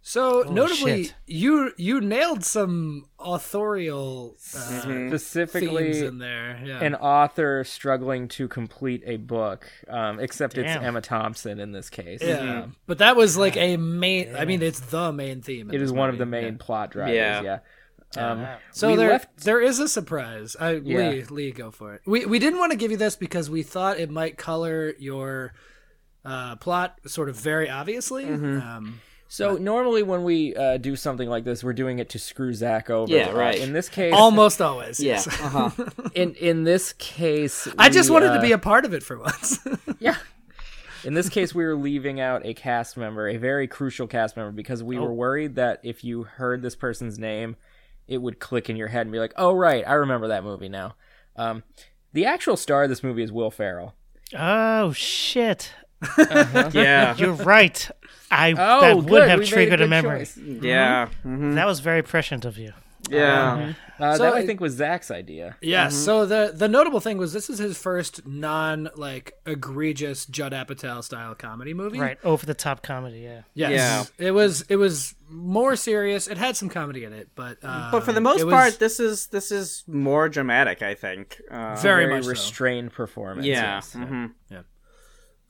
Speaker 3: So notably,
Speaker 6: Oh, shit.
Speaker 3: you you nailed some authorial
Speaker 1: Mm-hmm.
Speaker 3: uh, themes
Speaker 2: Specifically,
Speaker 3: in there. Yeah.
Speaker 2: an author struggling to complete a book, um, except it's
Speaker 6: Damn.
Speaker 2: Emma Thompson in this case. Um,
Speaker 3: yeah. But that was like a main. I mean, it's the main theme. in
Speaker 2: It
Speaker 3: this
Speaker 2: is one of
Speaker 3: movie.
Speaker 2: the main plot drivers.
Speaker 1: Yeah.
Speaker 2: Yeah. Um,
Speaker 3: So
Speaker 2: we
Speaker 3: there,
Speaker 2: left-
Speaker 3: there is a surprise. I,
Speaker 2: Yeah.
Speaker 3: Lee, Lee, go for it. We we didn't want to give you this because we thought it might color your uh, plot sort of very obviously. Um,
Speaker 2: So normally when we uh, do something like this, we're doing it to screw Zach over.
Speaker 1: Yeah,
Speaker 2: Uh,
Speaker 1: right.
Speaker 2: In this case,
Speaker 3: almost always. <laughs> Yes.
Speaker 1: uh-huh.
Speaker 2: in in this case,
Speaker 3: I just
Speaker 2: we,
Speaker 3: wanted
Speaker 2: uh,
Speaker 3: to be a part of it for once. <laughs>
Speaker 2: Yeah. In this case, we were leaving out a cast member, a very crucial cast member, because we were worried that if you heard this person's name, it would click in your head and be like, "Oh right, I remember that movie now." Um, the actual star of this movie is Will Ferrell.
Speaker 6: Oh shit!
Speaker 5: yeah,
Speaker 6: <laughs> You're right. I
Speaker 2: Oh,
Speaker 6: that would
Speaker 2: good,
Speaker 6: have
Speaker 2: we made
Speaker 6: triggered a,
Speaker 2: good
Speaker 6: memory.
Speaker 2: choice.
Speaker 5: yeah, mhm,
Speaker 6: That was very prescient of you.
Speaker 5: yeah.
Speaker 2: Uh,
Speaker 3: So
Speaker 2: that I
Speaker 3: it-
Speaker 2: think was Zach's idea.
Speaker 3: Yeah. So the the notable thing was this is his first non like egregious Judd Apatow style comedy movie.
Speaker 6: Right, over the top comedy. Yeah.
Speaker 3: Yes. It was it was more serious. It had some comedy in it, but uh,
Speaker 5: but for
Speaker 2: Um,
Speaker 5: the most part, this is this is more dramatic. I think. Uh,
Speaker 3: Very
Speaker 2: Very
Speaker 3: much so.
Speaker 2: restrained performance.
Speaker 5: yeah.
Speaker 2: yes.
Speaker 5: mhm.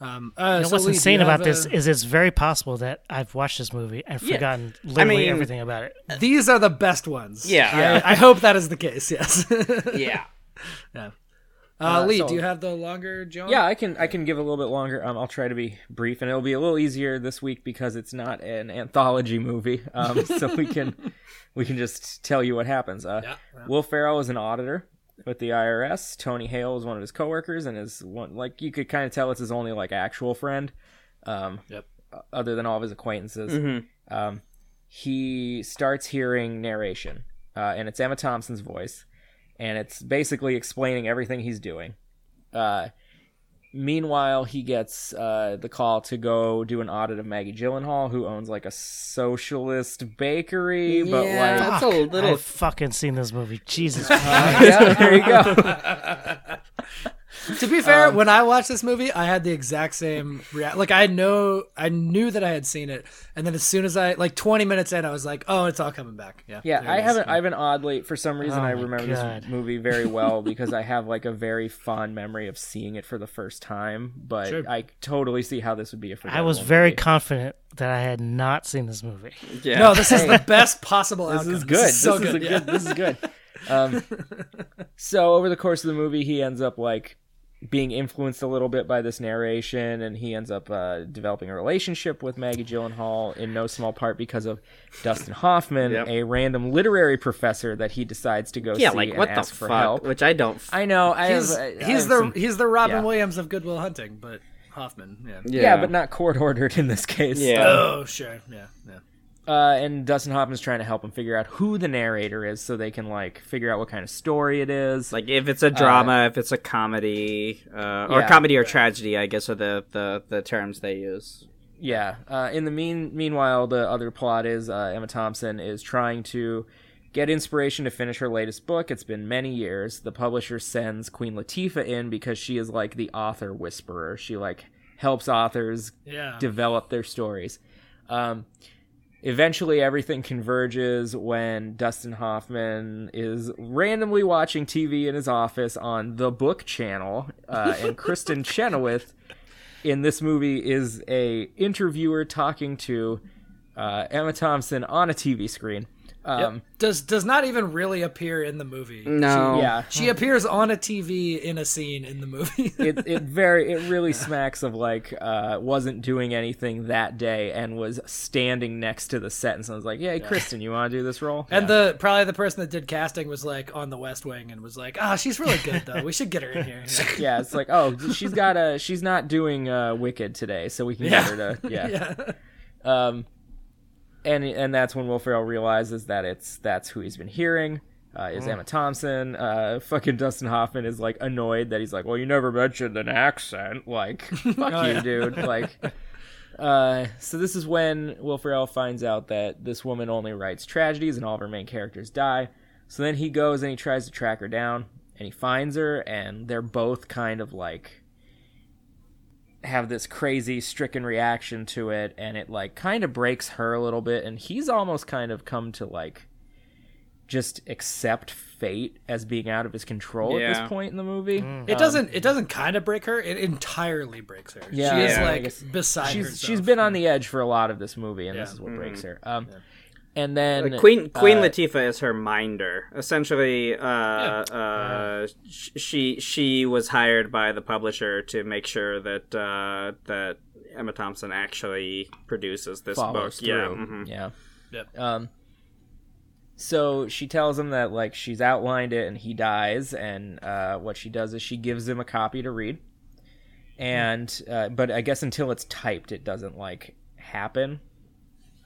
Speaker 3: um, uh,
Speaker 6: You know,
Speaker 3: so
Speaker 6: what's
Speaker 3: Lee, do
Speaker 6: insane
Speaker 3: you
Speaker 6: about
Speaker 3: have
Speaker 6: this
Speaker 3: a-
Speaker 6: is it's very possible that I've watched this movie and forgotten literally
Speaker 5: mean-
Speaker 6: everything about it.
Speaker 3: these are the best ones.
Speaker 5: Yeah.
Speaker 3: I,
Speaker 5: Yeah.
Speaker 3: I hope that is the case. Yes.
Speaker 5: <laughs> Yeah.
Speaker 3: Uh, Lee,
Speaker 2: so-
Speaker 3: do you have the longer John?
Speaker 2: Yeah, I can I can give a little bit longer. Um, I'll try to be brief, and it'll be a little easier this week because it's not an anthology movie. <laughs> Um, so we can we can just tell you what happens. Uh,
Speaker 3: Yeah, yeah.
Speaker 2: Will Ferrell is an auditor with the IRS. Tony Hale is one of his coworkers, and is one like you could kind of tell it's his only like actual friend. Um,
Speaker 3: Yep.
Speaker 2: Other than all of his acquaintances,
Speaker 5: Mhm.
Speaker 2: um, he starts hearing narration, uh, and it's Emma Thompson's voice, and it's basically explaining everything he's doing. Uh, meanwhile, he gets uh, the call to go do an audit of Maggie Gyllenhaal, who owns like a socialist bakery, but like
Speaker 5: that's a little.
Speaker 6: I've fucking seen this movie. Jesus
Speaker 2: <laughs>
Speaker 6: Christ.
Speaker 2: yeah, there you go.
Speaker 3: To be fair,
Speaker 2: Um,
Speaker 3: when I watched this movie, I had the exact same react. Like I know, I knew that I had seen it, and then as soon as I like 20 minutes in, I was like, "Oh, it's all coming back." Yeah.
Speaker 6: <laughs>
Speaker 2: Yeah,
Speaker 3: there it
Speaker 2: I
Speaker 3: is.
Speaker 2: haven't. I've been oddly, for some reason,
Speaker 6: Oh
Speaker 2: I
Speaker 6: my
Speaker 2: remember
Speaker 6: God.
Speaker 2: this movie very
Speaker 6: <laughs>
Speaker 2: well because I have like a very fond memory of seeing it for the first time. But
Speaker 3: Sure.
Speaker 2: I totally see how this would be a.
Speaker 6: I was
Speaker 2: forgettable
Speaker 6: very
Speaker 2: movie.
Speaker 6: confident that I had not seen this movie.
Speaker 5: yeah.
Speaker 3: No, this is the best possible
Speaker 2: This
Speaker 3: outcome.
Speaker 2: is good.
Speaker 3: This
Speaker 2: This
Speaker 3: is so
Speaker 2: is
Speaker 3: good.
Speaker 2: a
Speaker 3: yeah.
Speaker 2: good. This is good. Um, so over the course of the movie, he ends up like being influenced a little bit by this narration, and he ends up uh, developing a relationship with Maggie Gyllenhaal in no small part because of Dustin Hoffman,
Speaker 5: Yep.
Speaker 2: a random literary professor that he decides to go
Speaker 5: yeah,
Speaker 2: see
Speaker 5: like
Speaker 2: and
Speaker 5: what the
Speaker 2: ask for
Speaker 5: fuck?
Speaker 2: help.
Speaker 5: Which I don't. F-
Speaker 2: I know. I
Speaker 3: He's,
Speaker 2: have, I- I
Speaker 3: he's
Speaker 2: have
Speaker 3: the
Speaker 2: some-
Speaker 3: he's the Robin
Speaker 2: yeah.
Speaker 3: Williams of Goodwill Hunting, but Hoffman. Yeah.
Speaker 2: yeah. but not court ordered in this case.
Speaker 5: Yeah.
Speaker 3: Oh, sure. Yeah. Yeah.
Speaker 2: Uh, and Dustin Hoffman's trying to help him figure out who the narrator is, so they can like figure out what kind of story it is.
Speaker 5: Like if it's a drama, if it's a comedy, uh, or
Speaker 2: Uh, Yeah.
Speaker 5: comedy or tragedy, I guess are the, the, the terms they use.
Speaker 2: yeah. Uh, in the mean meanwhile, the other plot is uh, Emma Thompson is trying to get inspiration to finish her latest book. It's been many years. The publisher sends Queen Latifah in because she is like the author whisperer. She like helps authors
Speaker 3: Yeah.
Speaker 2: develop their stories. Um, eventually, everything converges when Dustin Hoffman is randomly watching TV in his office on the Book Channel, uh, and Kristen Chenoweth in this movie is a interviewer talking to uh, Emma Thompson on a TV screen. Um,
Speaker 3: does does not even really appear in the movie.
Speaker 5: No.
Speaker 2: Yeah,
Speaker 3: She appears on a TV in a scene in
Speaker 2: <laughs>
Speaker 3: the movie.
Speaker 2: it it very it really smacks of like uh wasn't doing anything that day and was standing next to the set and someone's like, "Hey, Kristen, you want to do this role?"
Speaker 3: And the probably the person that did casting was like on the West Wing and was like, "Ah, she's really good though. We should get her in here." Yeah.
Speaker 2: <laughs> yeah, it's like, "Oh, she's got a she's not doing uh Wicked today, so we can
Speaker 3: Yeah.
Speaker 2: get her
Speaker 3: <laughs>
Speaker 2: to yeah."
Speaker 3: Yeah.
Speaker 2: Um and and that's when Will Ferrell realizes that it's that's who he's been hearing. Uh,
Speaker 3: Mm.
Speaker 2: is Emma Thompson? Uh, fucking Dustin Hoffman is like annoyed that he's like, well, you never mentioned an accent.
Speaker 3: <laughs>
Speaker 2: Like, fuck you,
Speaker 3: Oh, yeah.
Speaker 2: dude. Like, Uh, so this is when Will Ferrell finds out that this woman only writes tragedies and all of her main characters die. So then he goes and he tries to track her down and he finds her and they're both kind of like have this crazy stricken reaction to it and it like kind of breaks her a little bit and he's almost kind of come to like just accept fate as being out of his control at
Speaker 5: Yeah.
Speaker 2: this point in the movie.
Speaker 3: It doesn't. It doesn't kind of break her. It entirely breaks her.
Speaker 2: Yeah.
Speaker 3: she is
Speaker 5: Yeah.
Speaker 2: I guess-
Speaker 3: like beside
Speaker 2: She's
Speaker 3: herself.
Speaker 2: she's been on the edge for a lot of this movie and this
Speaker 3: Yeah.
Speaker 2: is
Speaker 5: Mm-hmm.
Speaker 2: what breaks her. Um and then
Speaker 5: Queen Queen
Speaker 2: uh,
Speaker 5: Latifah is her minder. Essentially, uh, uh, sh- she she was hired by the publisher to make sure that uh, that Emma Thompson actually produces this book.
Speaker 2: follows
Speaker 5: Yeah,
Speaker 2: through.
Speaker 5: mhm.
Speaker 2: Yeah.
Speaker 3: Yep.
Speaker 2: Um. So she tells him that like she's outlined it and he dies, and uh, what she does is she gives him a copy to read, and uh, but I guess until it's typed, it doesn't like happen.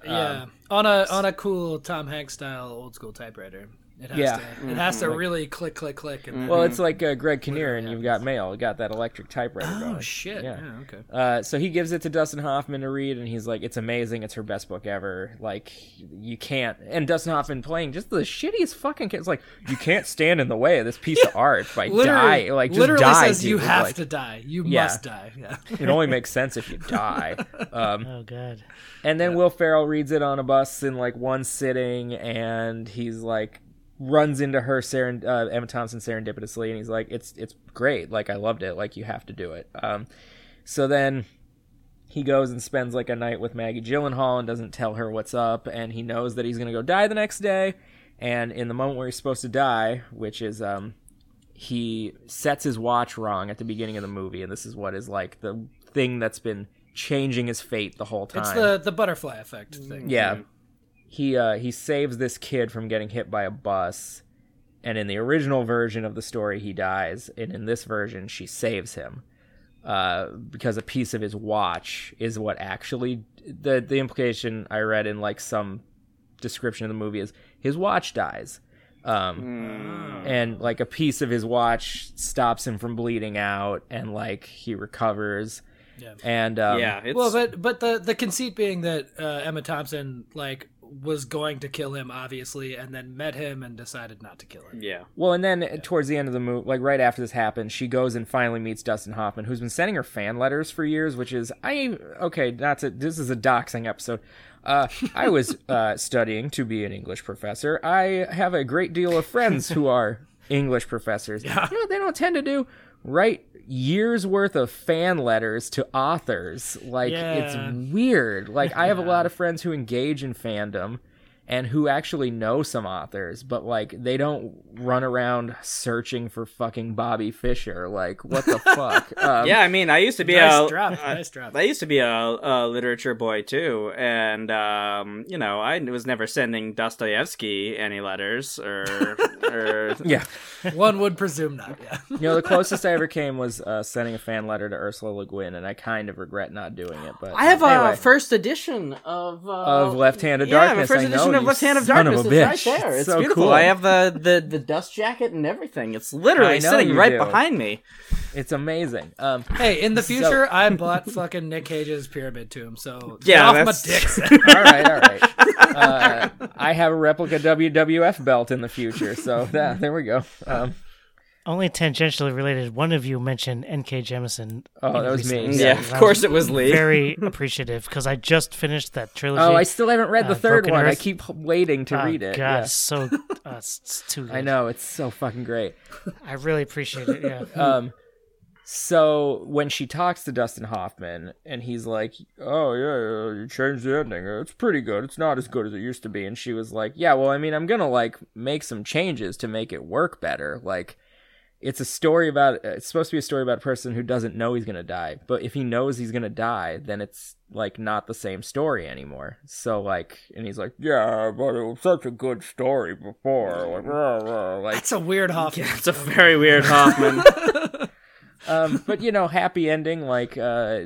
Speaker 2: Um,
Speaker 3: Yeah, on a on a cool Tom Hanks style old school typewriter. It has
Speaker 2: Yeah. Mm-hmm.
Speaker 3: to, it has to really click, click, click. And
Speaker 2: Well,
Speaker 5: Mm-hmm.
Speaker 2: it's like uh, Greg Kinnear, and you've got mail. You got that electric typewriter
Speaker 3: oh
Speaker 2: going.
Speaker 3: shit!
Speaker 2: Yeah.
Speaker 3: Yeah, okay.
Speaker 2: Uh, so he gives it to Dustin Hoffman to read, and he's like, "It's amazing. It's her best book ever. Like, you can't." And Dustin Hoffman playing just the shittiest fucking. Kid. It's like you can't stand in the way of this piece
Speaker 3: <laughs>
Speaker 2: of art by
Speaker 3: Literally,
Speaker 2: die. Like, just
Speaker 3: literally
Speaker 2: die.
Speaker 3: says you
Speaker 2: dude.
Speaker 3: have
Speaker 2: Like,
Speaker 3: to die. You
Speaker 2: Yeah.
Speaker 3: must die.
Speaker 2: <laughs>
Speaker 3: Yeah.
Speaker 2: It only makes sense if you
Speaker 3: <laughs>
Speaker 2: die. Um,
Speaker 6: Oh god.
Speaker 2: and then Will Ferrell reads it on a bus in like one sitting, and he's like runs into her seren- uh, Emma Thompson serendipitously, and he's like, "It's it's great. Like I loved it. Like you have to do it." Um, so then he goes and spends like a night with Maggie Gyllenhaal and doesn't tell her what's up, and he knows that he's gonna go die the next day. And in the moment where he's supposed to die, which is um, he sets his watch wrong at the beginning of the movie, and this is what is like the thing that's been changing his fate the whole time. Mm,
Speaker 3: It's the the butterfly effect thing.
Speaker 2: Yeah. He uh he saves this kid from getting hit by a bus and in the original version of the story he dies and in this version she saves him. Uh because a piece of his watch is what actually the the implication I read in like some description of the movie is his watch dies.
Speaker 1: Mm.
Speaker 2: Um
Speaker 5: Mm.
Speaker 2: and like a piece of his watch stops him from bleeding out and like he recovers.
Speaker 3: Yeah.
Speaker 2: And um,
Speaker 5: yeah, it's,
Speaker 3: Well, but but the the conceit being that uh, Emma Thompson like was going to kill him obviously, and then met him and decided not to kill
Speaker 2: <laughs>
Speaker 3: him.
Speaker 5: yeah.
Speaker 2: Well, and then towards the end of the movie, like right after this happens, she goes and finally meets Dustin Hoffman, who's been sending her fan letters for years, which is I okay, not to this is a doxing episode. Uh, I was uh, studying to be an English professor. I have a great deal of friends who are English professors. You know what they don't tend to do? Write years worth of fan letters to authors. Like
Speaker 3: Yeah.
Speaker 2: it's weird. Like I have a lot of friends who engage in fandom and who actually know some authors, but like they don't run around searching for fucking Bobby Fisher. Like, what
Speaker 1: <laughs>
Speaker 2: the fuck? Um,
Speaker 5: Yeah, I mean, I used to be
Speaker 3: Nice
Speaker 5: a
Speaker 3: drop,
Speaker 5: I-
Speaker 3: nice drop.
Speaker 5: I used to be a, a literature boy too, and um, you know, I was never sending Dostoevsky any letters or or
Speaker 2: Yeah.
Speaker 3: One would presume not.
Speaker 2: <laughs>
Speaker 3: Yeah.
Speaker 2: You know, the closest I ever came was uh, sending a fan letter to Ursula Le Guin, and I kind of regret not doing it. But uh,
Speaker 1: I have a
Speaker 2: anyway,
Speaker 1: first edition of uh,
Speaker 2: of Left Hand of
Speaker 1: yeah,
Speaker 2: Darkness.
Speaker 1: Yeah,
Speaker 2: I
Speaker 1: first
Speaker 2: know,
Speaker 1: edition
Speaker 2: you
Speaker 1: of Left Hand of
Speaker 2: son
Speaker 1: Darkness.
Speaker 2: Of a
Speaker 1: it's
Speaker 2: bitch.
Speaker 1: right there. It's
Speaker 2: so
Speaker 1: beautiful.
Speaker 2: Cool.
Speaker 1: I have the, the the dust jacket and everything. It's literally
Speaker 2: I know
Speaker 1: sitting
Speaker 2: you
Speaker 1: right
Speaker 2: do.
Speaker 1: behind me.
Speaker 2: It's amazing. Um,
Speaker 3: Hey, in the future, I bought fucking Nick Cage's Pyramid Tomb, so get
Speaker 5: Yeah,
Speaker 3: off
Speaker 5: that's- <laughs>
Speaker 3: my dicks.
Speaker 2: all right, all
Speaker 1: <laughs>
Speaker 2: right. Uh, I have a replica WWF belt in the future, so that, there we go. Um,
Speaker 6: Only tangentially related. One of you mentioned N.K. Jemison.
Speaker 2: Oh,
Speaker 6: in
Speaker 2: that was
Speaker 6: recent
Speaker 2: me.
Speaker 5: Yeah,
Speaker 6: episodes.
Speaker 5: of
Speaker 6: I was
Speaker 5: course it was Lee.
Speaker 6: Very appreciative because I just finished that trilogy.
Speaker 2: oh, I still haven't read the
Speaker 6: Uh,
Speaker 2: third
Speaker 6: Broken
Speaker 2: one. I
Speaker 6: Earth.
Speaker 2: keep waiting to
Speaker 6: Oh,
Speaker 2: read it.
Speaker 6: God,
Speaker 2: Yeah. <laughs>
Speaker 6: it's so uh, it's, it's too. Good.
Speaker 2: I know it's so fucking great.
Speaker 6: I really appreciate it. Yeah.
Speaker 2: <laughs> Um, so when she talks to Dustin Hoffman and he's like, "Oh yeah, yeah, you changed the ending. It's pretty good. It's not as good as it used to be," and she was like, "Yeah, well, I mean, I'm gonna like make some changes to make it work better. Like, it's a story about. It's supposed to be a story about a person who doesn't know he's gonna die, but if he knows he's gonna die, then it's like not the same story anymore. So like, and he's like, "Yeah, but it was such a good story before." Like, rah, rah, like
Speaker 3: That's a weird Hoffman.
Speaker 5: It's a very weird
Speaker 3: <laughs>
Speaker 5: Hoffman.
Speaker 2: um, but you know, happy ending. Like, uh,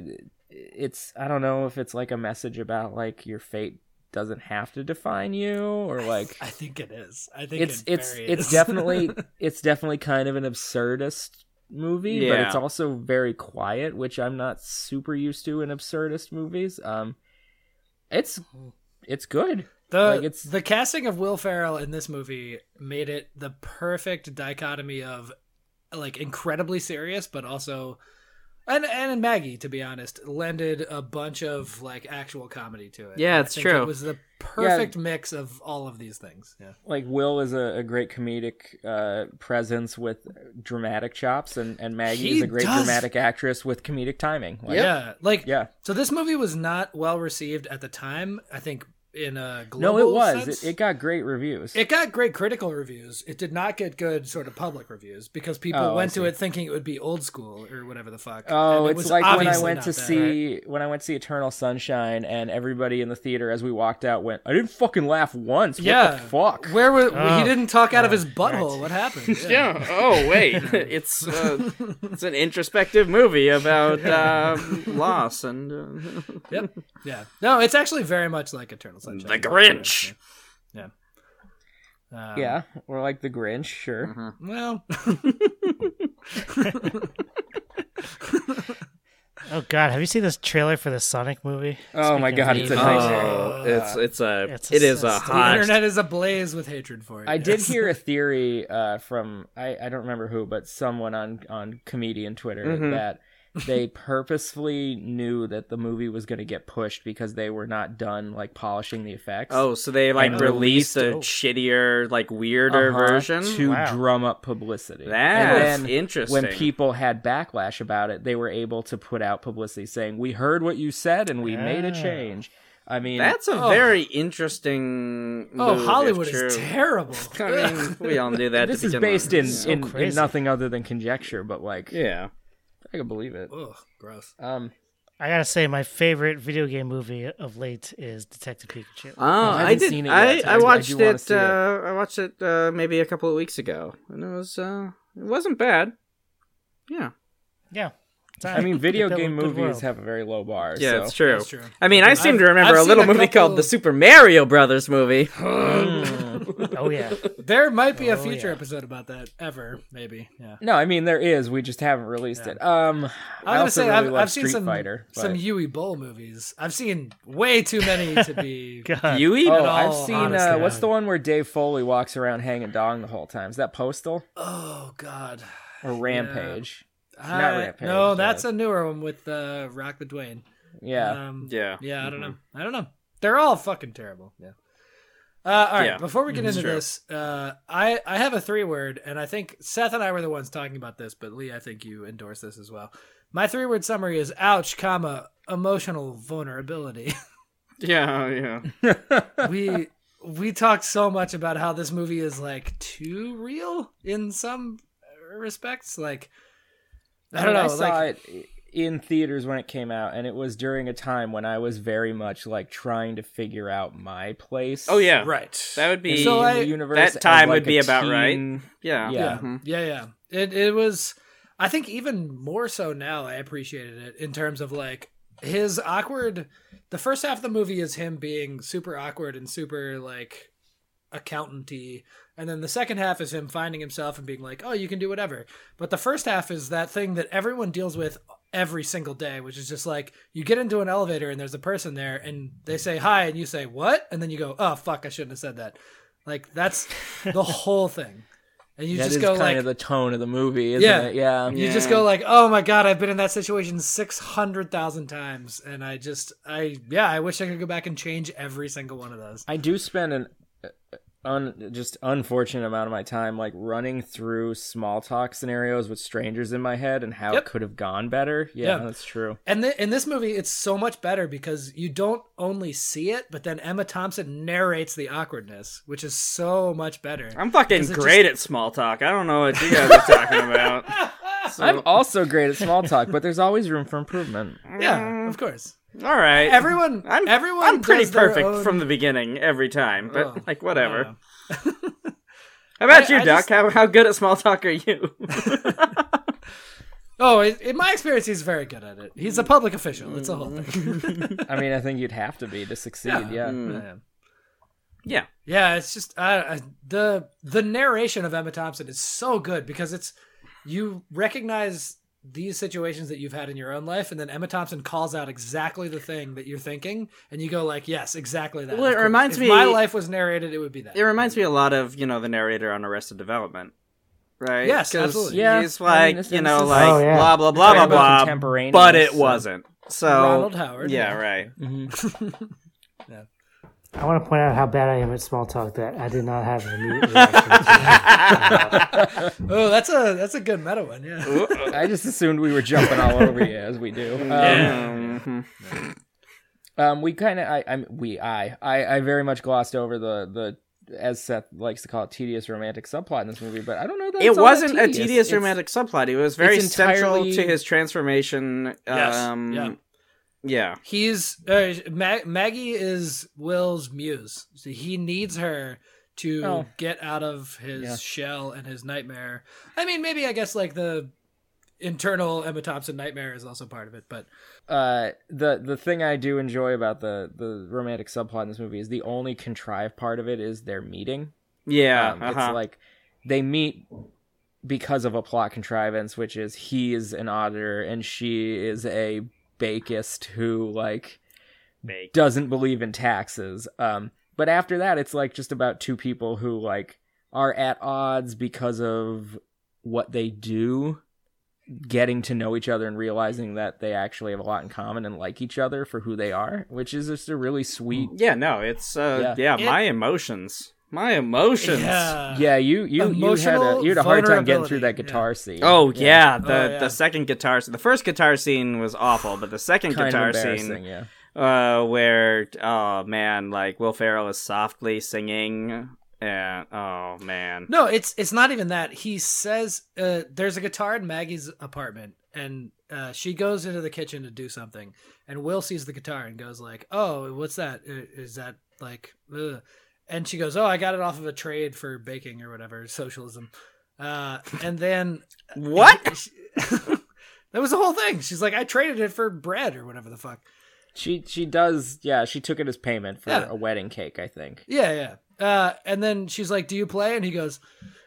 Speaker 2: it's I don't know if it's like a message about like your fate doesn't have to define you, or like
Speaker 3: I think it is. I think
Speaker 2: it's
Speaker 3: it
Speaker 2: it's
Speaker 3: very
Speaker 2: it's
Speaker 3: is.
Speaker 2: definitely it's definitely kind of an absurdist movie, but
Speaker 5: Yeah.
Speaker 2: it's also very quiet, which I'm not super used to in absurdist movies. Um, it's it's good.
Speaker 3: <laughs> The
Speaker 2: Like, it's-
Speaker 3: the casting of Will Ferrell in this movie made it the perfect dichotomy of like incredibly serious, but also and and Maggie, to be honest, lended a bunch of like actual comedy to it.
Speaker 5: Yeah,
Speaker 3: I
Speaker 5: it's
Speaker 3: think
Speaker 5: true.
Speaker 3: It was the perfect mix of all of these things. Yeah,
Speaker 2: Like Will is a, a great comedic uh, presence with dramatic chops, and, and Maggie
Speaker 3: He
Speaker 2: is a great
Speaker 3: does-
Speaker 2: dramatic actress with comedic timing. Like,
Speaker 3: yeah, like
Speaker 2: yeah.
Speaker 3: So this movie was not well received at the time. I think in a global
Speaker 2: No, it was.
Speaker 3: sense.
Speaker 2: It, it got great reviews.
Speaker 3: It got great critical reviews. It did not get good sort of public reviews because people
Speaker 2: Oh, I
Speaker 3: went to
Speaker 2: see.
Speaker 3: it thinking it would be old school or whatever the fuck.
Speaker 2: Oh,
Speaker 3: And it
Speaker 2: it's
Speaker 3: was
Speaker 2: like when I
Speaker 3: obviously
Speaker 2: went
Speaker 3: not
Speaker 2: to
Speaker 3: that.
Speaker 2: see when I went to see Eternal Sunshine, and everybody in the theater as we walked out went, "I didn't fucking laugh once." What
Speaker 3: Yeah.
Speaker 2: the fuck?
Speaker 3: Where were
Speaker 6: Oh,
Speaker 3: he didn't talk out of his butthole?
Speaker 2: <laughs>
Speaker 3: What happened? Yeah.
Speaker 1: Yeah. Oh wait, <laughs> it's uh, it's an introspective
Speaker 2: <laughs>
Speaker 1: movie about um, loss and uh, <laughs>
Speaker 3: Yep. Yeah. No, it's actually very much like Eternal Sunshine.
Speaker 1: the Grinch.
Speaker 3: Um,
Speaker 2: yeah, or like the Grinch, sure.
Speaker 3: Well, <laughs>
Speaker 6: Oh God, have you seen this trailer for the Sonic movie?
Speaker 2: Oh my
Speaker 6: Speaking
Speaker 2: God,
Speaker 6: of
Speaker 2: it's a
Speaker 6: evil.
Speaker 2: nightmare.
Speaker 1: Oh, it's it's a
Speaker 6: It's
Speaker 1: it's
Speaker 6: a
Speaker 1: a
Speaker 6: sense-
Speaker 3: the
Speaker 1: hot.
Speaker 3: internet is ablaze with hatred for it.
Speaker 2: I did
Speaker 3: yes. <laughs>
Speaker 2: hear a theory uh, from I, I don't remember who, but someone on on comedian Twitter
Speaker 1: Mhm.
Speaker 2: that they purposefully knew that the movie was going to get pushed because they were not done like polishing the effects.
Speaker 1: Oh, so they like
Speaker 2: And
Speaker 1: released a
Speaker 6: oh.
Speaker 1: shittier, like weirder
Speaker 2: Uh-huh,
Speaker 1: version.
Speaker 2: to
Speaker 6: Wow.
Speaker 2: drum up publicity.
Speaker 1: That's
Speaker 2: and then
Speaker 1: interesting.
Speaker 2: when people had backlash about it, they were able to put out publicity saying, "We heard what you said and we made a
Speaker 6: Ah.
Speaker 2: change." I mean,
Speaker 1: That's a
Speaker 3: Oh.
Speaker 1: very interesting.
Speaker 3: Oh,
Speaker 1: move, if
Speaker 3: Hollywood
Speaker 1: true.
Speaker 3: is terrible.
Speaker 2: <laughs>
Speaker 1: I mean, we all knew that.
Speaker 2: this
Speaker 1: to
Speaker 2: is
Speaker 1: begin
Speaker 2: based
Speaker 1: with.
Speaker 2: in, in, in
Speaker 6: crazy.
Speaker 2: nothing other than conjecture, but like
Speaker 1: Yeah.
Speaker 2: I can believe it.
Speaker 3: <laughs> Ugh, gross.
Speaker 2: Um,
Speaker 6: I gotta say, my favorite video game movie of late is Detective Pikachu.
Speaker 1: Oh,
Speaker 2: I
Speaker 1: I,
Speaker 2: haven't
Speaker 1: did.
Speaker 2: seen it yet,
Speaker 1: I,
Speaker 2: so I
Speaker 1: I
Speaker 2: do- I
Speaker 1: watched
Speaker 2: do wanna
Speaker 1: it,
Speaker 2: see it.
Speaker 1: Uh, I watched it uh, maybe a couple of weeks ago, and it was uh, it wasn't bad. Yeah,
Speaker 6: yeah, It's
Speaker 2: I
Speaker 6: on-
Speaker 2: mean, video
Speaker 6: it built a
Speaker 2: game
Speaker 6: good
Speaker 2: movies
Speaker 6: world.
Speaker 2: have a very low bar.
Speaker 1: yeah,
Speaker 2: so.
Speaker 1: it's true.
Speaker 3: That's true.
Speaker 1: I mean, I seem to
Speaker 3: I've-
Speaker 1: remember
Speaker 3: I've
Speaker 1: a
Speaker 3: seen
Speaker 1: little
Speaker 3: a
Speaker 1: movie
Speaker 3: couple-
Speaker 1: called the Super Mario
Speaker 3: <laughs>
Speaker 1: Brothers movie.
Speaker 2: <laughs>
Speaker 6: Oh yeah,
Speaker 3: There might be a
Speaker 6: Oh,
Speaker 3: future
Speaker 6: yeah.
Speaker 3: episode about that ever, maybe. Yeah.
Speaker 2: No, I mean there is. We just haven't released it. Um,
Speaker 3: I'm
Speaker 2: I
Speaker 3: gonna
Speaker 2: also
Speaker 3: say
Speaker 2: really
Speaker 3: I've,
Speaker 2: love
Speaker 3: I've
Speaker 2: Street
Speaker 3: seen some
Speaker 2: Fighter.
Speaker 3: some
Speaker 2: but-
Speaker 3: Yui Bowl movies. I've seen way too many to
Speaker 1: <laughs>
Speaker 3: be.
Speaker 6: God.
Speaker 1: Yui?
Speaker 2: Oh,
Speaker 3: all,
Speaker 2: I've seen. uh,
Speaker 3: honestly.
Speaker 2: what's the one where Dave Foley walks around hanging dong the whole time? Is that Postal
Speaker 3: oh God.
Speaker 2: or Rampage? Not
Speaker 3: I,
Speaker 2: Rampage,
Speaker 3: no,
Speaker 2: uh,
Speaker 3: that's a newer one with uh, Rock the Dwayne.
Speaker 2: Yeah. Mm-hmm.
Speaker 3: Um,
Speaker 1: Yeah.
Speaker 3: Yeah, I don't know. I don't know. They're all fucking terrible. Yeah. Uh, all right.
Speaker 1: Yeah,
Speaker 3: Before we
Speaker 2: Mm-hmm.
Speaker 3: get into
Speaker 1: true.
Speaker 3: this, uh, I I have a three word, and I think Seth and I were the ones talking about this, but Lee, I think you endorse this as well. My three word summary is ouch, comma emotional vulnerability. oh,
Speaker 1: Yeah, yeah.
Speaker 2: <laughs>
Speaker 3: we we talked so much about how this movie is like too real in some respects. Like I
Speaker 2: mean,
Speaker 3: don't know.
Speaker 2: I saw
Speaker 3: like,
Speaker 2: it in theaters when it came out, and it was during a time when I was very much like trying to figure out my place.
Speaker 1: Oh yeah.
Speaker 3: Right.
Speaker 1: That would be
Speaker 3: So I-
Speaker 2: in the universe.
Speaker 1: that time
Speaker 2: as, like,
Speaker 1: would be
Speaker 2: a
Speaker 1: about
Speaker 2: teen-
Speaker 1: right. Yeah. Mm-hmm.
Speaker 2: Yeah.
Speaker 3: yeah yeah yeah it, it was i think even more so now i appreciated it in terms of like his awkward the first half of the movie is him being super awkward and super like accountanty and then the second half is him finding himself and being like oh you can do whatever but the first half is that thing that everyone deals with every single day which is just like you get into an elevator and there's a person there and they say hi and you say what and then you go oh fuck i shouldn't have said that like that's
Speaker 2: <laughs>
Speaker 3: the whole thing and you
Speaker 2: That
Speaker 3: just
Speaker 2: is
Speaker 3: go
Speaker 2: kind
Speaker 3: like
Speaker 2: of the tone of the movie, isn't
Speaker 3: Yeah.
Speaker 2: it? Yeah.
Speaker 3: you just go like, "Oh my god, I've been in that situation 600,000 times and I just I yeah, I wish I could go back and change every single one of those."
Speaker 2: I do spend an uh, un, just unfortunate amount of my time like running through small talk scenarios with strangers in my head and how
Speaker 3: Yep.
Speaker 2: it could have gone better. Yeah,
Speaker 3: Yeah.
Speaker 2: that's true.
Speaker 3: And th- in this movie, it's so much better because you don't only see it, but then Emma Thompson narrates the awkwardness, which is so much better.
Speaker 1: I'm fucking
Speaker 3: Because it
Speaker 1: great at small talk. I don't know what
Speaker 3: <laughs>
Speaker 1: you guys are talking about. So-
Speaker 2: I'm <laughs> also great at small talk, but there's always room for improvement.
Speaker 3: yeah, of course.
Speaker 1: all right.
Speaker 3: Everyone
Speaker 1: Mm. I'm
Speaker 3: everyone
Speaker 1: I'm pretty
Speaker 3: does their
Speaker 1: perfect
Speaker 3: own-
Speaker 1: from the beginning every time, but
Speaker 3: Oh,
Speaker 1: like
Speaker 3: I
Speaker 1: whatever.
Speaker 3: don't know.
Speaker 1: How about
Speaker 3: I-
Speaker 1: you,
Speaker 3: I just-
Speaker 1: Duck? How how good at small talk are you? <laughs>
Speaker 3: Oh, in in my experience, he's very good at it. He's a public official. It's a
Speaker 1: Mm.
Speaker 3: whole thing. <laughs>
Speaker 2: I mean, I think you'd have to be to succeed. Yeah.
Speaker 3: Yeah.
Speaker 1: Hmm. yeah.
Speaker 3: Yeah, it's just I, I, the the narration of Emma Thompson is so good because it's you recognize these situations that you've had in your own life, and then Emma Thompson calls out exactly the thing that you're thinking, and you go like, "Yes, exactly that."
Speaker 1: Well, it
Speaker 3: of course.
Speaker 1: reminds
Speaker 3: if
Speaker 1: me-
Speaker 3: my life was narrated, it would be that.
Speaker 1: It reminds me a lot of you know the narrator on Arrested Development, right?
Speaker 3: Yes,
Speaker 1: 'Cause
Speaker 3: absolutely.
Speaker 2: Yeah.
Speaker 1: He's
Speaker 2: I mean,
Speaker 1: like
Speaker 2: this-
Speaker 1: you
Speaker 2: this
Speaker 1: know
Speaker 2: is-
Speaker 1: like
Speaker 6: Oh, yeah.
Speaker 1: blah blah
Speaker 2: Talking
Speaker 1: blah
Speaker 2: about
Speaker 1: blah blah,
Speaker 2: contemporaneous,
Speaker 1: but it
Speaker 2: so-
Speaker 1: wasn't. So
Speaker 3: Ronald Howard.
Speaker 2: <laughs>
Speaker 1: Yeah, right.
Speaker 6: I want to point out how bad I am at small talk. That I did not have an <laughs> immediate reaction.
Speaker 3: Oh, that's a that's a good meta one. Yeah.
Speaker 1: <laughs>
Speaker 2: I just assumed we were jumping all over you as we do. Um,
Speaker 1: Um,
Speaker 2: Um, we kind of I I'm we I, I I very much glossed over the the as Seth likes to call it tedious romantic subplot in this movie, but I don't know that
Speaker 1: it
Speaker 2: it's all that
Speaker 1: wasn't a tedious
Speaker 2: It's-
Speaker 1: romantic subplot. It was very
Speaker 2: it's
Speaker 1: central
Speaker 2: entirely-
Speaker 1: to his transformation.
Speaker 3: Yes,
Speaker 1: Um,
Speaker 3: yeah.
Speaker 1: yeah.
Speaker 3: He's uh, Ma- Maggie is Will's muse. So he needs her to
Speaker 2: Oh.
Speaker 3: get out of his
Speaker 2: Yeah.
Speaker 3: shell and his nightmare. I mean, maybe I guess like the internal Emma Thompson nightmare is also part of it, but
Speaker 2: uh the the thing I do enjoy about the the romantic subplot in this movie is the only contrived part of it is their meeting.
Speaker 1: Yeah,
Speaker 2: Um,
Speaker 1: uh-huh.
Speaker 2: It's like they meet because of a plot contrivance, which is he is an auditor and she is a bakist who like
Speaker 5: Make.
Speaker 2: doesn't believe in taxes. Um, but after that, it's like just about two people who like are at odds because of what they do, getting to know each other and realizing that they actually have a lot in common and like each other for who they are, which is just a really sweet.
Speaker 5: Yeah, no, it's uh, yeah,
Speaker 3: It-
Speaker 5: my emotions, my emotions.
Speaker 3: yeah.
Speaker 2: Yeah, you you you had a
Speaker 3: Emotional
Speaker 2: you had a hard time getting
Speaker 3: vulnerability,
Speaker 2: through that
Speaker 3: yeah.
Speaker 2: guitar scene.
Speaker 5: Oh yeah, the
Speaker 3: Oh, yeah.
Speaker 5: the second guitar, the first guitar scene was awful, but the second
Speaker 2: kind
Speaker 5: guitar
Speaker 2: of embarrassing.
Speaker 5: scene,
Speaker 2: Yeah,
Speaker 5: uh, where oh man, like Will Ferrell is softly singing, and oh man,
Speaker 3: No, it's it's not even that. He says uh, there's a guitar in Maggie's apartment, and uh, she goes into the kitchen to do something, and Will sees the guitar and goes like, "Oh, what's that? I- Is that like?" Ugh. And she goes, "Oh, I got it off of a trade for baking or whatever, socialism." Uh, and then
Speaker 5: <laughs> what?
Speaker 3: <laughs> that was the whole thing. She's like, "I traded it for bread or whatever the fuck."
Speaker 2: she she does. Yeah, she took it as payment for
Speaker 3: Yeah.
Speaker 2: a wedding cake. I think.
Speaker 3: Yeah, yeah. Uh, and then she's like, "Do you play?" And he goes,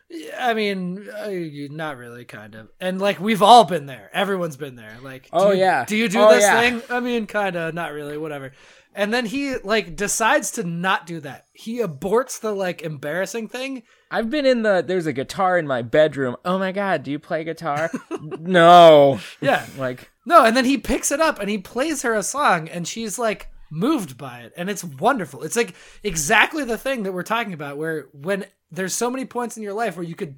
Speaker 3: "Yeah, "I mean, uh, not really, kind of." And like, we've all been there. Everyone's been there. Like, do
Speaker 2: Oh,
Speaker 3: you-
Speaker 2: yeah.
Speaker 3: do you do
Speaker 2: Oh,
Speaker 3: this
Speaker 2: yeah.
Speaker 3: thing? I mean, kind of, not really, whatever. And then he like decides to not do that. He aborts the like embarrassing thing.
Speaker 2: I've been in the there's a guitar in my bedroom. Oh my god, do you play
Speaker 3: <laughs>
Speaker 2: guitar? no.
Speaker 3: Yeah,
Speaker 2: Like
Speaker 3: no. And then he picks it up and he plays her a song, and she's like moved by it, and it's wonderful. It's like exactly the thing that we're talking about, where when there's so many points in your life where you could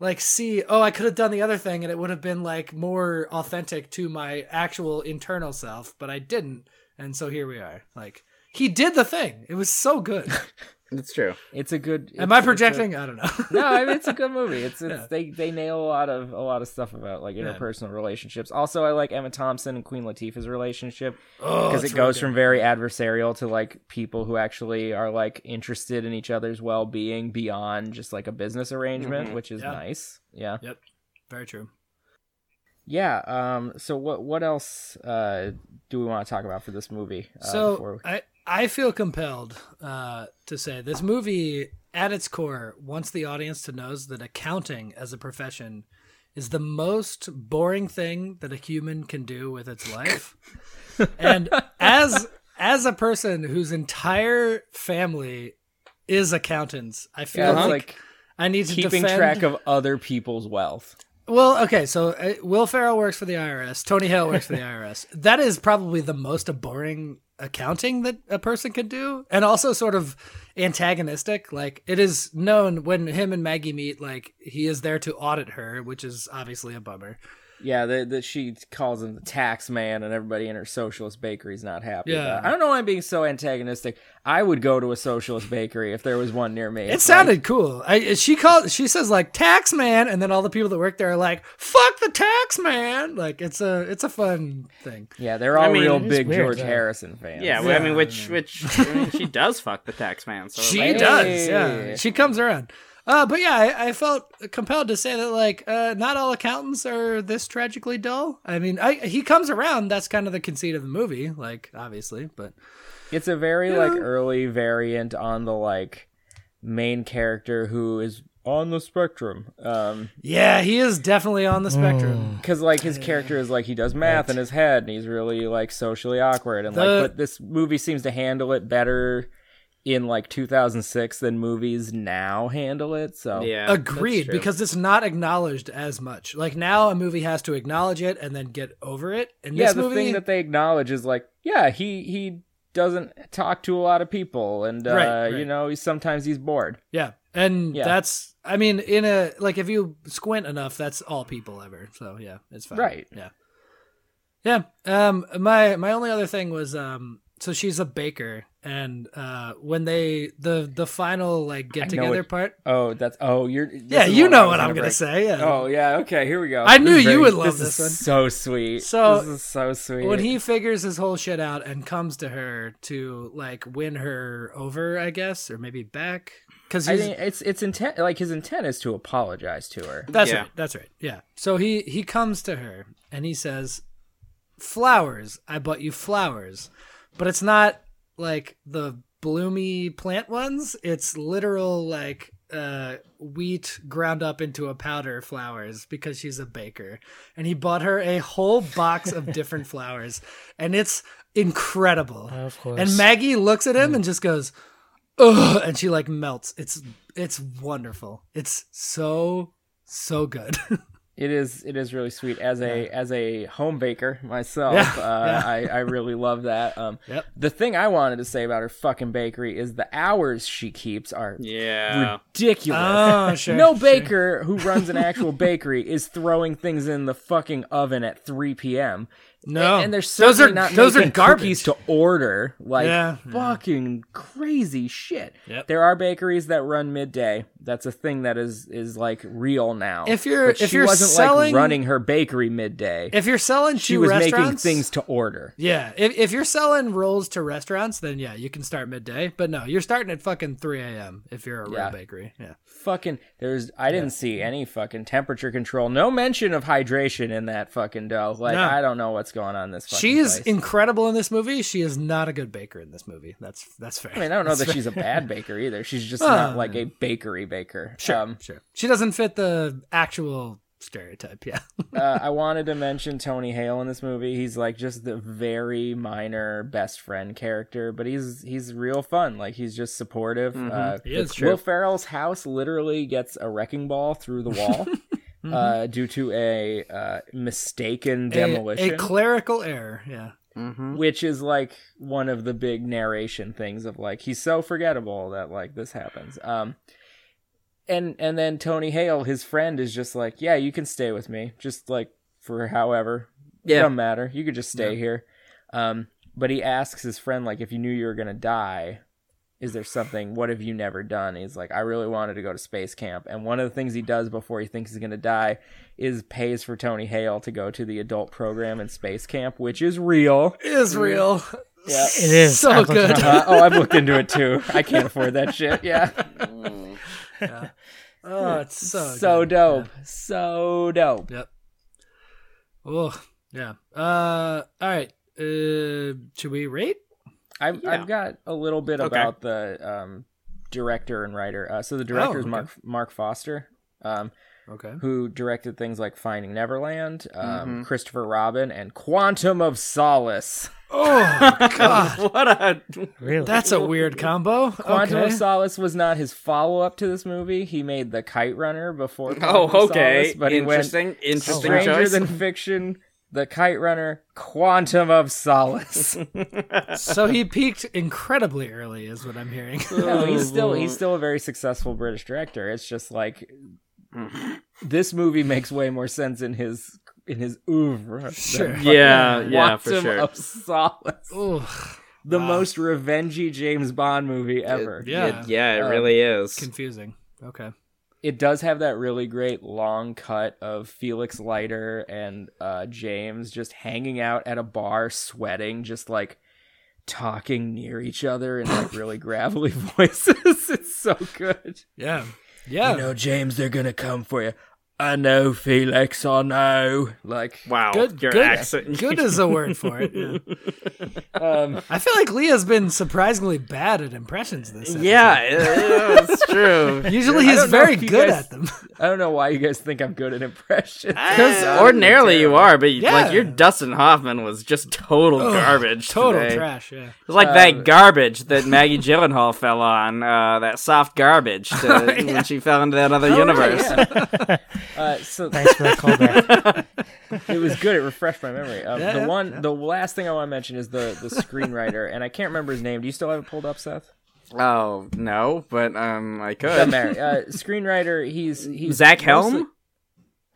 Speaker 3: like see oh i could have done the other thing and it would have been like more authentic to my actual internal self but i didn't and so here we are like he did the thing it was so
Speaker 2: <laughs>
Speaker 3: good
Speaker 5: It's true.
Speaker 2: it's a good
Speaker 3: am
Speaker 2: it's-
Speaker 3: i
Speaker 2: it's a-
Speaker 3: projecting i don't
Speaker 2: <laughs>
Speaker 3: know <laughs>
Speaker 2: no, I mean, it's a good movie. It's, it's
Speaker 3: Yeah.
Speaker 2: they they nail a lot of a lot of stuff about like interpersonal relationships. Also, I like Emma Thompson and Queen Latifah's relationship
Speaker 3: Oh,
Speaker 2: because it goes from very adversarial to like people who actually are like interested in each other's well being beyond just like a business arrangement,
Speaker 5: Mhm.
Speaker 2: which is
Speaker 3: Mm-hmm. Yeah.
Speaker 2: nice. Yeah,
Speaker 3: very true
Speaker 2: yeah. Um, so what what else uh do we want to talk about for this movie? Uh,
Speaker 3: so
Speaker 2: before-
Speaker 3: I, I feel compelled uh, to say this movie at its core wants the audience to know that accounting as a profession is the most boring thing that a human can do with its
Speaker 2: <laughs>
Speaker 3: life and as as a person whose entire family is accountants i feel
Speaker 2: yeah, it's
Speaker 3: like,
Speaker 2: like
Speaker 3: i need to
Speaker 2: keeping
Speaker 3: defend...
Speaker 2: track of other people's wealth.
Speaker 3: Well, okay, so uh, Will Farrell works for the IRS. Tony Hale
Speaker 2: <laughs>
Speaker 3: works for the IRS. That is probably the most boring accounting that a person could do, and also sort of antagonistic. Like it is known when him and Maggie meet, like he is there to audit her, which is obviously a bummer.
Speaker 2: Yeah, that that she calls him the tax man, and everybody in her socialist bakery's not happy.
Speaker 3: Yeah.
Speaker 2: about it. I don't know why I'm being so antagonistic. I would go to a socialist bakery if there was one near me.
Speaker 3: It
Speaker 2: It's like,
Speaker 3: sounded cool. I, she called. She says like tax man, and then all the people that work there are like fuck the tax man. Like it's a it's a fun thing.
Speaker 2: yeah, they're all
Speaker 5: I mean,
Speaker 2: real
Speaker 5: it
Speaker 6: is
Speaker 2: big
Speaker 6: weird,
Speaker 2: George
Speaker 6: though.
Speaker 2: Harrison fans.
Speaker 5: Yeah, well, I mean, which which I mean, she does fuck the tax Oh, man. So
Speaker 3: She
Speaker 5: like,
Speaker 3: does.
Speaker 2: Hey.
Speaker 3: Yeah, she comes around. Uh, but yeah, I, I felt compelled to say that like uh, not all accountants are this tragically dull. I mean, I, he comes around. That's kind of the conceit of the movie, like obviously. But
Speaker 2: it's a very like early variant on the like main character who is on the spectrum. Um,
Speaker 3: yeah, he is definitely on the spectrum.
Speaker 2: because like his character is like he does math in his head and he's really like socially awkward and
Speaker 3: The-
Speaker 2: like but this movie seems to handle it better in like 2006 than movies now handle it so
Speaker 5: yeah, that's
Speaker 3: Agreed,
Speaker 5: true.
Speaker 3: because it's not acknowledged as much. Like now, a movie has to acknowledge it and then get over it. And
Speaker 2: yeah
Speaker 3: this
Speaker 2: the
Speaker 3: movie,
Speaker 2: thing that they acknowledge is like yeah he he doesn't talk to a lot of people and uh
Speaker 3: Right, right.
Speaker 2: you know he's sometimes he's bored
Speaker 3: yeah, and
Speaker 2: Yeah.
Speaker 3: that's. I mean, in a like, if you squint enough, that's all people ever. So yeah, it's fine.
Speaker 2: Right.
Speaker 3: Yeah. Yeah. Um. My my only other thing was um so she's a baker, and uh, when they the the final like get
Speaker 2: know
Speaker 3: together
Speaker 2: it-
Speaker 3: part.
Speaker 2: Oh, that's oh, you're. this
Speaker 3: Yeah,
Speaker 2: is
Speaker 3: you
Speaker 2: one I
Speaker 3: know
Speaker 2: was
Speaker 3: what I'm gonna
Speaker 2: break.
Speaker 3: say. Yeah.
Speaker 2: Oh yeah, okay, here we go.
Speaker 3: I knew
Speaker 2: This is
Speaker 3: you would
Speaker 2: this
Speaker 3: love this one.
Speaker 2: is So sweet.
Speaker 3: So,
Speaker 2: this is so sweet.
Speaker 3: when he figures his whole shit out and comes to her to like win her over, I guess, or maybe back, because
Speaker 2: I
Speaker 3: he's
Speaker 2: mean, it's it's intent. Like his intent is to apologize to her.
Speaker 3: That's
Speaker 1: Yeah.
Speaker 3: right. That's right. Yeah. So he he comes to her and he says, "Flowers. I bought you flowers, but it's not like the bloomy plant ones. It's literal like uh wheat ground up into a powder flowers because she's a baker and he bought her a whole box of different <laughs> flowers and it's incredible
Speaker 6: Of course.
Speaker 3: and maggie looks at him and just goes Ugh, and she like melts. It's it's wonderful. It's so so good. <laughs>
Speaker 2: It is it is really sweet. As a as a home baker myself,
Speaker 3: Yeah,
Speaker 2: uh,
Speaker 3: <laughs> yeah.
Speaker 2: I I really love that. Um,
Speaker 3: Yep.
Speaker 2: The thing I wanted to say about her fucking bakery is the hours she keeps are
Speaker 1: Yeah.
Speaker 2: ridiculous.
Speaker 3: Oh, sure,
Speaker 2: <laughs> no
Speaker 3: sure.
Speaker 2: baker who runs an actual bakery is throwing things in the fucking oven at 3 p.m.
Speaker 3: No.
Speaker 2: and they're
Speaker 3: those
Speaker 2: certainly
Speaker 3: are
Speaker 2: not
Speaker 3: those are
Speaker 2: making
Speaker 3: garbage.
Speaker 2: cookies to order. Like
Speaker 3: Yeah.
Speaker 2: fucking crazy shit.
Speaker 3: Yep.
Speaker 2: There are bakeries that run midday. That's a thing that is is like real now.
Speaker 3: If you're-
Speaker 2: But
Speaker 3: if
Speaker 2: she
Speaker 3: you're
Speaker 2: wasn't like
Speaker 3: selling-
Speaker 2: running her bakery midday.
Speaker 3: if you're selling
Speaker 2: she
Speaker 3: to
Speaker 2: was making
Speaker 3: restaurants,
Speaker 2: things to order.
Speaker 3: Yeah, if if you're selling rolls to restaurants, then yeah, you can start midday. But no, you're starting at fucking three a.m. if you're a real
Speaker 2: Yeah.
Speaker 3: bakery. Yeah.
Speaker 2: Fucking there's I didn't see any fucking temperature control. No mention of hydration in that fucking dough. Like
Speaker 3: No.
Speaker 2: I don't know what's going on in this fucking
Speaker 3: She is
Speaker 2: place.
Speaker 3: incredible in this movie. She is not a good baker in this movie. That's that's fair.
Speaker 2: I mean, I
Speaker 3: <laughs>
Speaker 2: don't know that she's a bad baker either. She's just not like a bakery baker.
Speaker 3: Sure,
Speaker 2: Um,
Speaker 3: sure. She doesn't fit the actual
Speaker 2: <laughs>
Speaker 3: stereotype. Yeah.
Speaker 2: uh, I wanted to mention Tony Hale in this movie. He's like just the very minor best friend character, but he's he's real fun. Like he's just supportive. Uh,
Speaker 3: He is,
Speaker 2: Will Ferrell's house literally gets a wrecking ball through the
Speaker 3: <laughs>
Speaker 2: wall uh, due to a uh, mistaken demolition.
Speaker 3: Mm-hmm. A, a clerical error. Yeah.
Speaker 5: Mm-hmm.
Speaker 1: Mm-hmm.
Speaker 2: which is like one of the big narration things of like he's so forgettable that like this happens um and and then tony hale his friend is just like yeah you can stay with me just like for however
Speaker 1: Yeah.
Speaker 2: don't matter you could just stay here um but he asks his friend like if you knew you were gonna die is there something what have you never done he's like i really wanted to go to space camp and one of the things he does before he thinks he's going to die is pays for tony hale to go to the adult program in space camp which is real
Speaker 3: Is real.
Speaker 2: Mm. yeah
Speaker 6: It is
Speaker 3: So
Speaker 6: I've looked
Speaker 3: good.
Speaker 6: it up.
Speaker 2: uh, <laughs> oh i've looked into it too i can't afford that shit yeah
Speaker 3: <laughs> Oh, it's <laughs> so
Speaker 2: so
Speaker 3: good.
Speaker 2: dope so dope
Speaker 3: Yep. Oh, yeah. Uh, all right. Uh, should we rate?
Speaker 2: I've,
Speaker 1: Yeah.
Speaker 2: I've got a little bit
Speaker 1: Okay.
Speaker 2: about the um, director and writer uh, so the director is
Speaker 3: Oh, okay.
Speaker 2: mark mark foster um, <laughs>
Speaker 3: Okay.
Speaker 2: who directed things like Finding Neverland, um,
Speaker 3: Mm-hmm.
Speaker 2: Christopher Robin, and Quantum of Solace.
Speaker 3: Oh
Speaker 5: <laughs>
Speaker 2: <laughs>
Speaker 3: God,
Speaker 1: what a
Speaker 6: Really?
Speaker 3: that's a weird combo.
Speaker 2: Quantum
Speaker 3: okay.
Speaker 2: of Solace was not his follow up to this movie. He made The Kite Runner before. Quantum
Speaker 1: <laughs> Oh,
Speaker 2: of
Speaker 1: okay.
Speaker 2: Solace, but he went
Speaker 1: interesting, interesting
Speaker 2: Stranger
Speaker 1: choice.
Speaker 2: Than Fiction, The Kite Runner, Quantum of
Speaker 3: <laughs>
Speaker 2: Solace.
Speaker 3: so he peaked incredibly early, is what I'm
Speaker 2: <laughs>
Speaker 3: hearing.
Speaker 2: no,
Speaker 3: Oh,
Speaker 2: he's still he's still a very successful British director. It's just like
Speaker 1: Mm.
Speaker 2: this movie makes way more sense in his in his oeuvre.
Speaker 3: Sure.
Speaker 2: than
Speaker 1: yeah,
Speaker 2: fucking
Speaker 1: yeah, for
Speaker 2: Quantum
Speaker 1: sure.
Speaker 2: of Solace.
Speaker 3: Ugh,
Speaker 2: the most revengey James Bond movie ever.
Speaker 3: yeah.
Speaker 1: It- yeah, it really is.
Speaker 3: confusing. Okay.
Speaker 2: It does have that really great long cut of Felix Leiter and uh, James just hanging out at a bar, sweating, just like talking near each other in like really gravelly <laughs> voices. it's so good.
Speaker 3: Yeah. Yeah.
Speaker 2: James, they're gonna come for you. I know, Felix. I know. Like,
Speaker 1: wow,
Speaker 3: good.
Speaker 1: your
Speaker 3: good.
Speaker 1: accent.
Speaker 3: Good is a word for it. yeah.
Speaker 2: <laughs> um,
Speaker 3: I feel like Leah's been surprisingly bad at impressions this. Episode.
Speaker 1: yeah,
Speaker 3: <laughs>
Speaker 1: it- yeah, it's true.
Speaker 3: Usually
Speaker 2: I
Speaker 3: he's
Speaker 2: don't know
Speaker 3: very
Speaker 2: if you
Speaker 3: good
Speaker 2: guys-
Speaker 3: at them. <laughs>
Speaker 2: I don't know why you guys think I'm good at impressions.
Speaker 3: Ah.
Speaker 2: <laughs>
Speaker 1: Because ordinarily you are, but you-
Speaker 3: Yeah.
Speaker 1: like your Dustin Hoffman was just total garbage.
Speaker 3: Total
Speaker 1: today.
Speaker 3: trash. Yeah.
Speaker 1: It's like that garbage that Maggie Gyllenhaal fell on. Uh, that soft garbage to,
Speaker 3: <laughs>
Speaker 1: when she fell into that other universe.
Speaker 2: Uh, so
Speaker 6: Thanks for that callback.
Speaker 2: it was good. It refreshed my memory. Um,
Speaker 3: Yeah,
Speaker 2: the
Speaker 3: yeah,
Speaker 2: one, the last thing I want to mention is the
Speaker 3: <laughs>
Speaker 2: the screenwriter, and I can't remember his name. Do you still have it pulled up, Seth?
Speaker 1: Oh no, but um, I
Speaker 2: Doesn't
Speaker 1: could.
Speaker 2: matter. Uh, screenwriter. He's he's
Speaker 1: Zach
Speaker 2: mostly-
Speaker 1: Helm.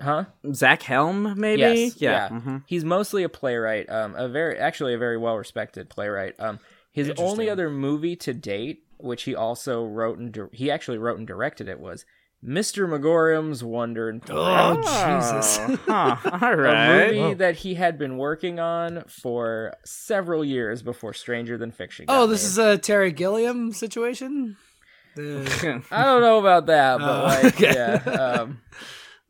Speaker 2: huh?
Speaker 1: Zach Helm, maybe.
Speaker 2: Yes,
Speaker 1: Yeah.
Speaker 2: yeah.
Speaker 3: Mm-hmm.
Speaker 1: mhm.
Speaker 2: He's mostly a playwright, um, a very actually a very well respected playwright. Um, his only other movie to date, which he also wrote and di- he actually wrote and directed it, was Mr. Megorium's Wonder and Play.
Speaker 3: Oh, Jesus. <laughs>
Speaker 1: Huh, all
Speaker 2: a
Speaker 1: right.
Speaker 2: movie that he had been working on for several years before Stranger Than Fiction. got
Speaker 3: Oh, this
Speaker 2: made.
Speaker 3: is a Terry Gilliam situation. The-
Speaker 1: <laughs>
Speaker 2: I don't know about that, but
Speaker 3: Oh,
Speaker 2: like,
Speaker 3: okay.
Speaker 2: yeah.
Speaker 3: <laughs>
Speaker 2: Um,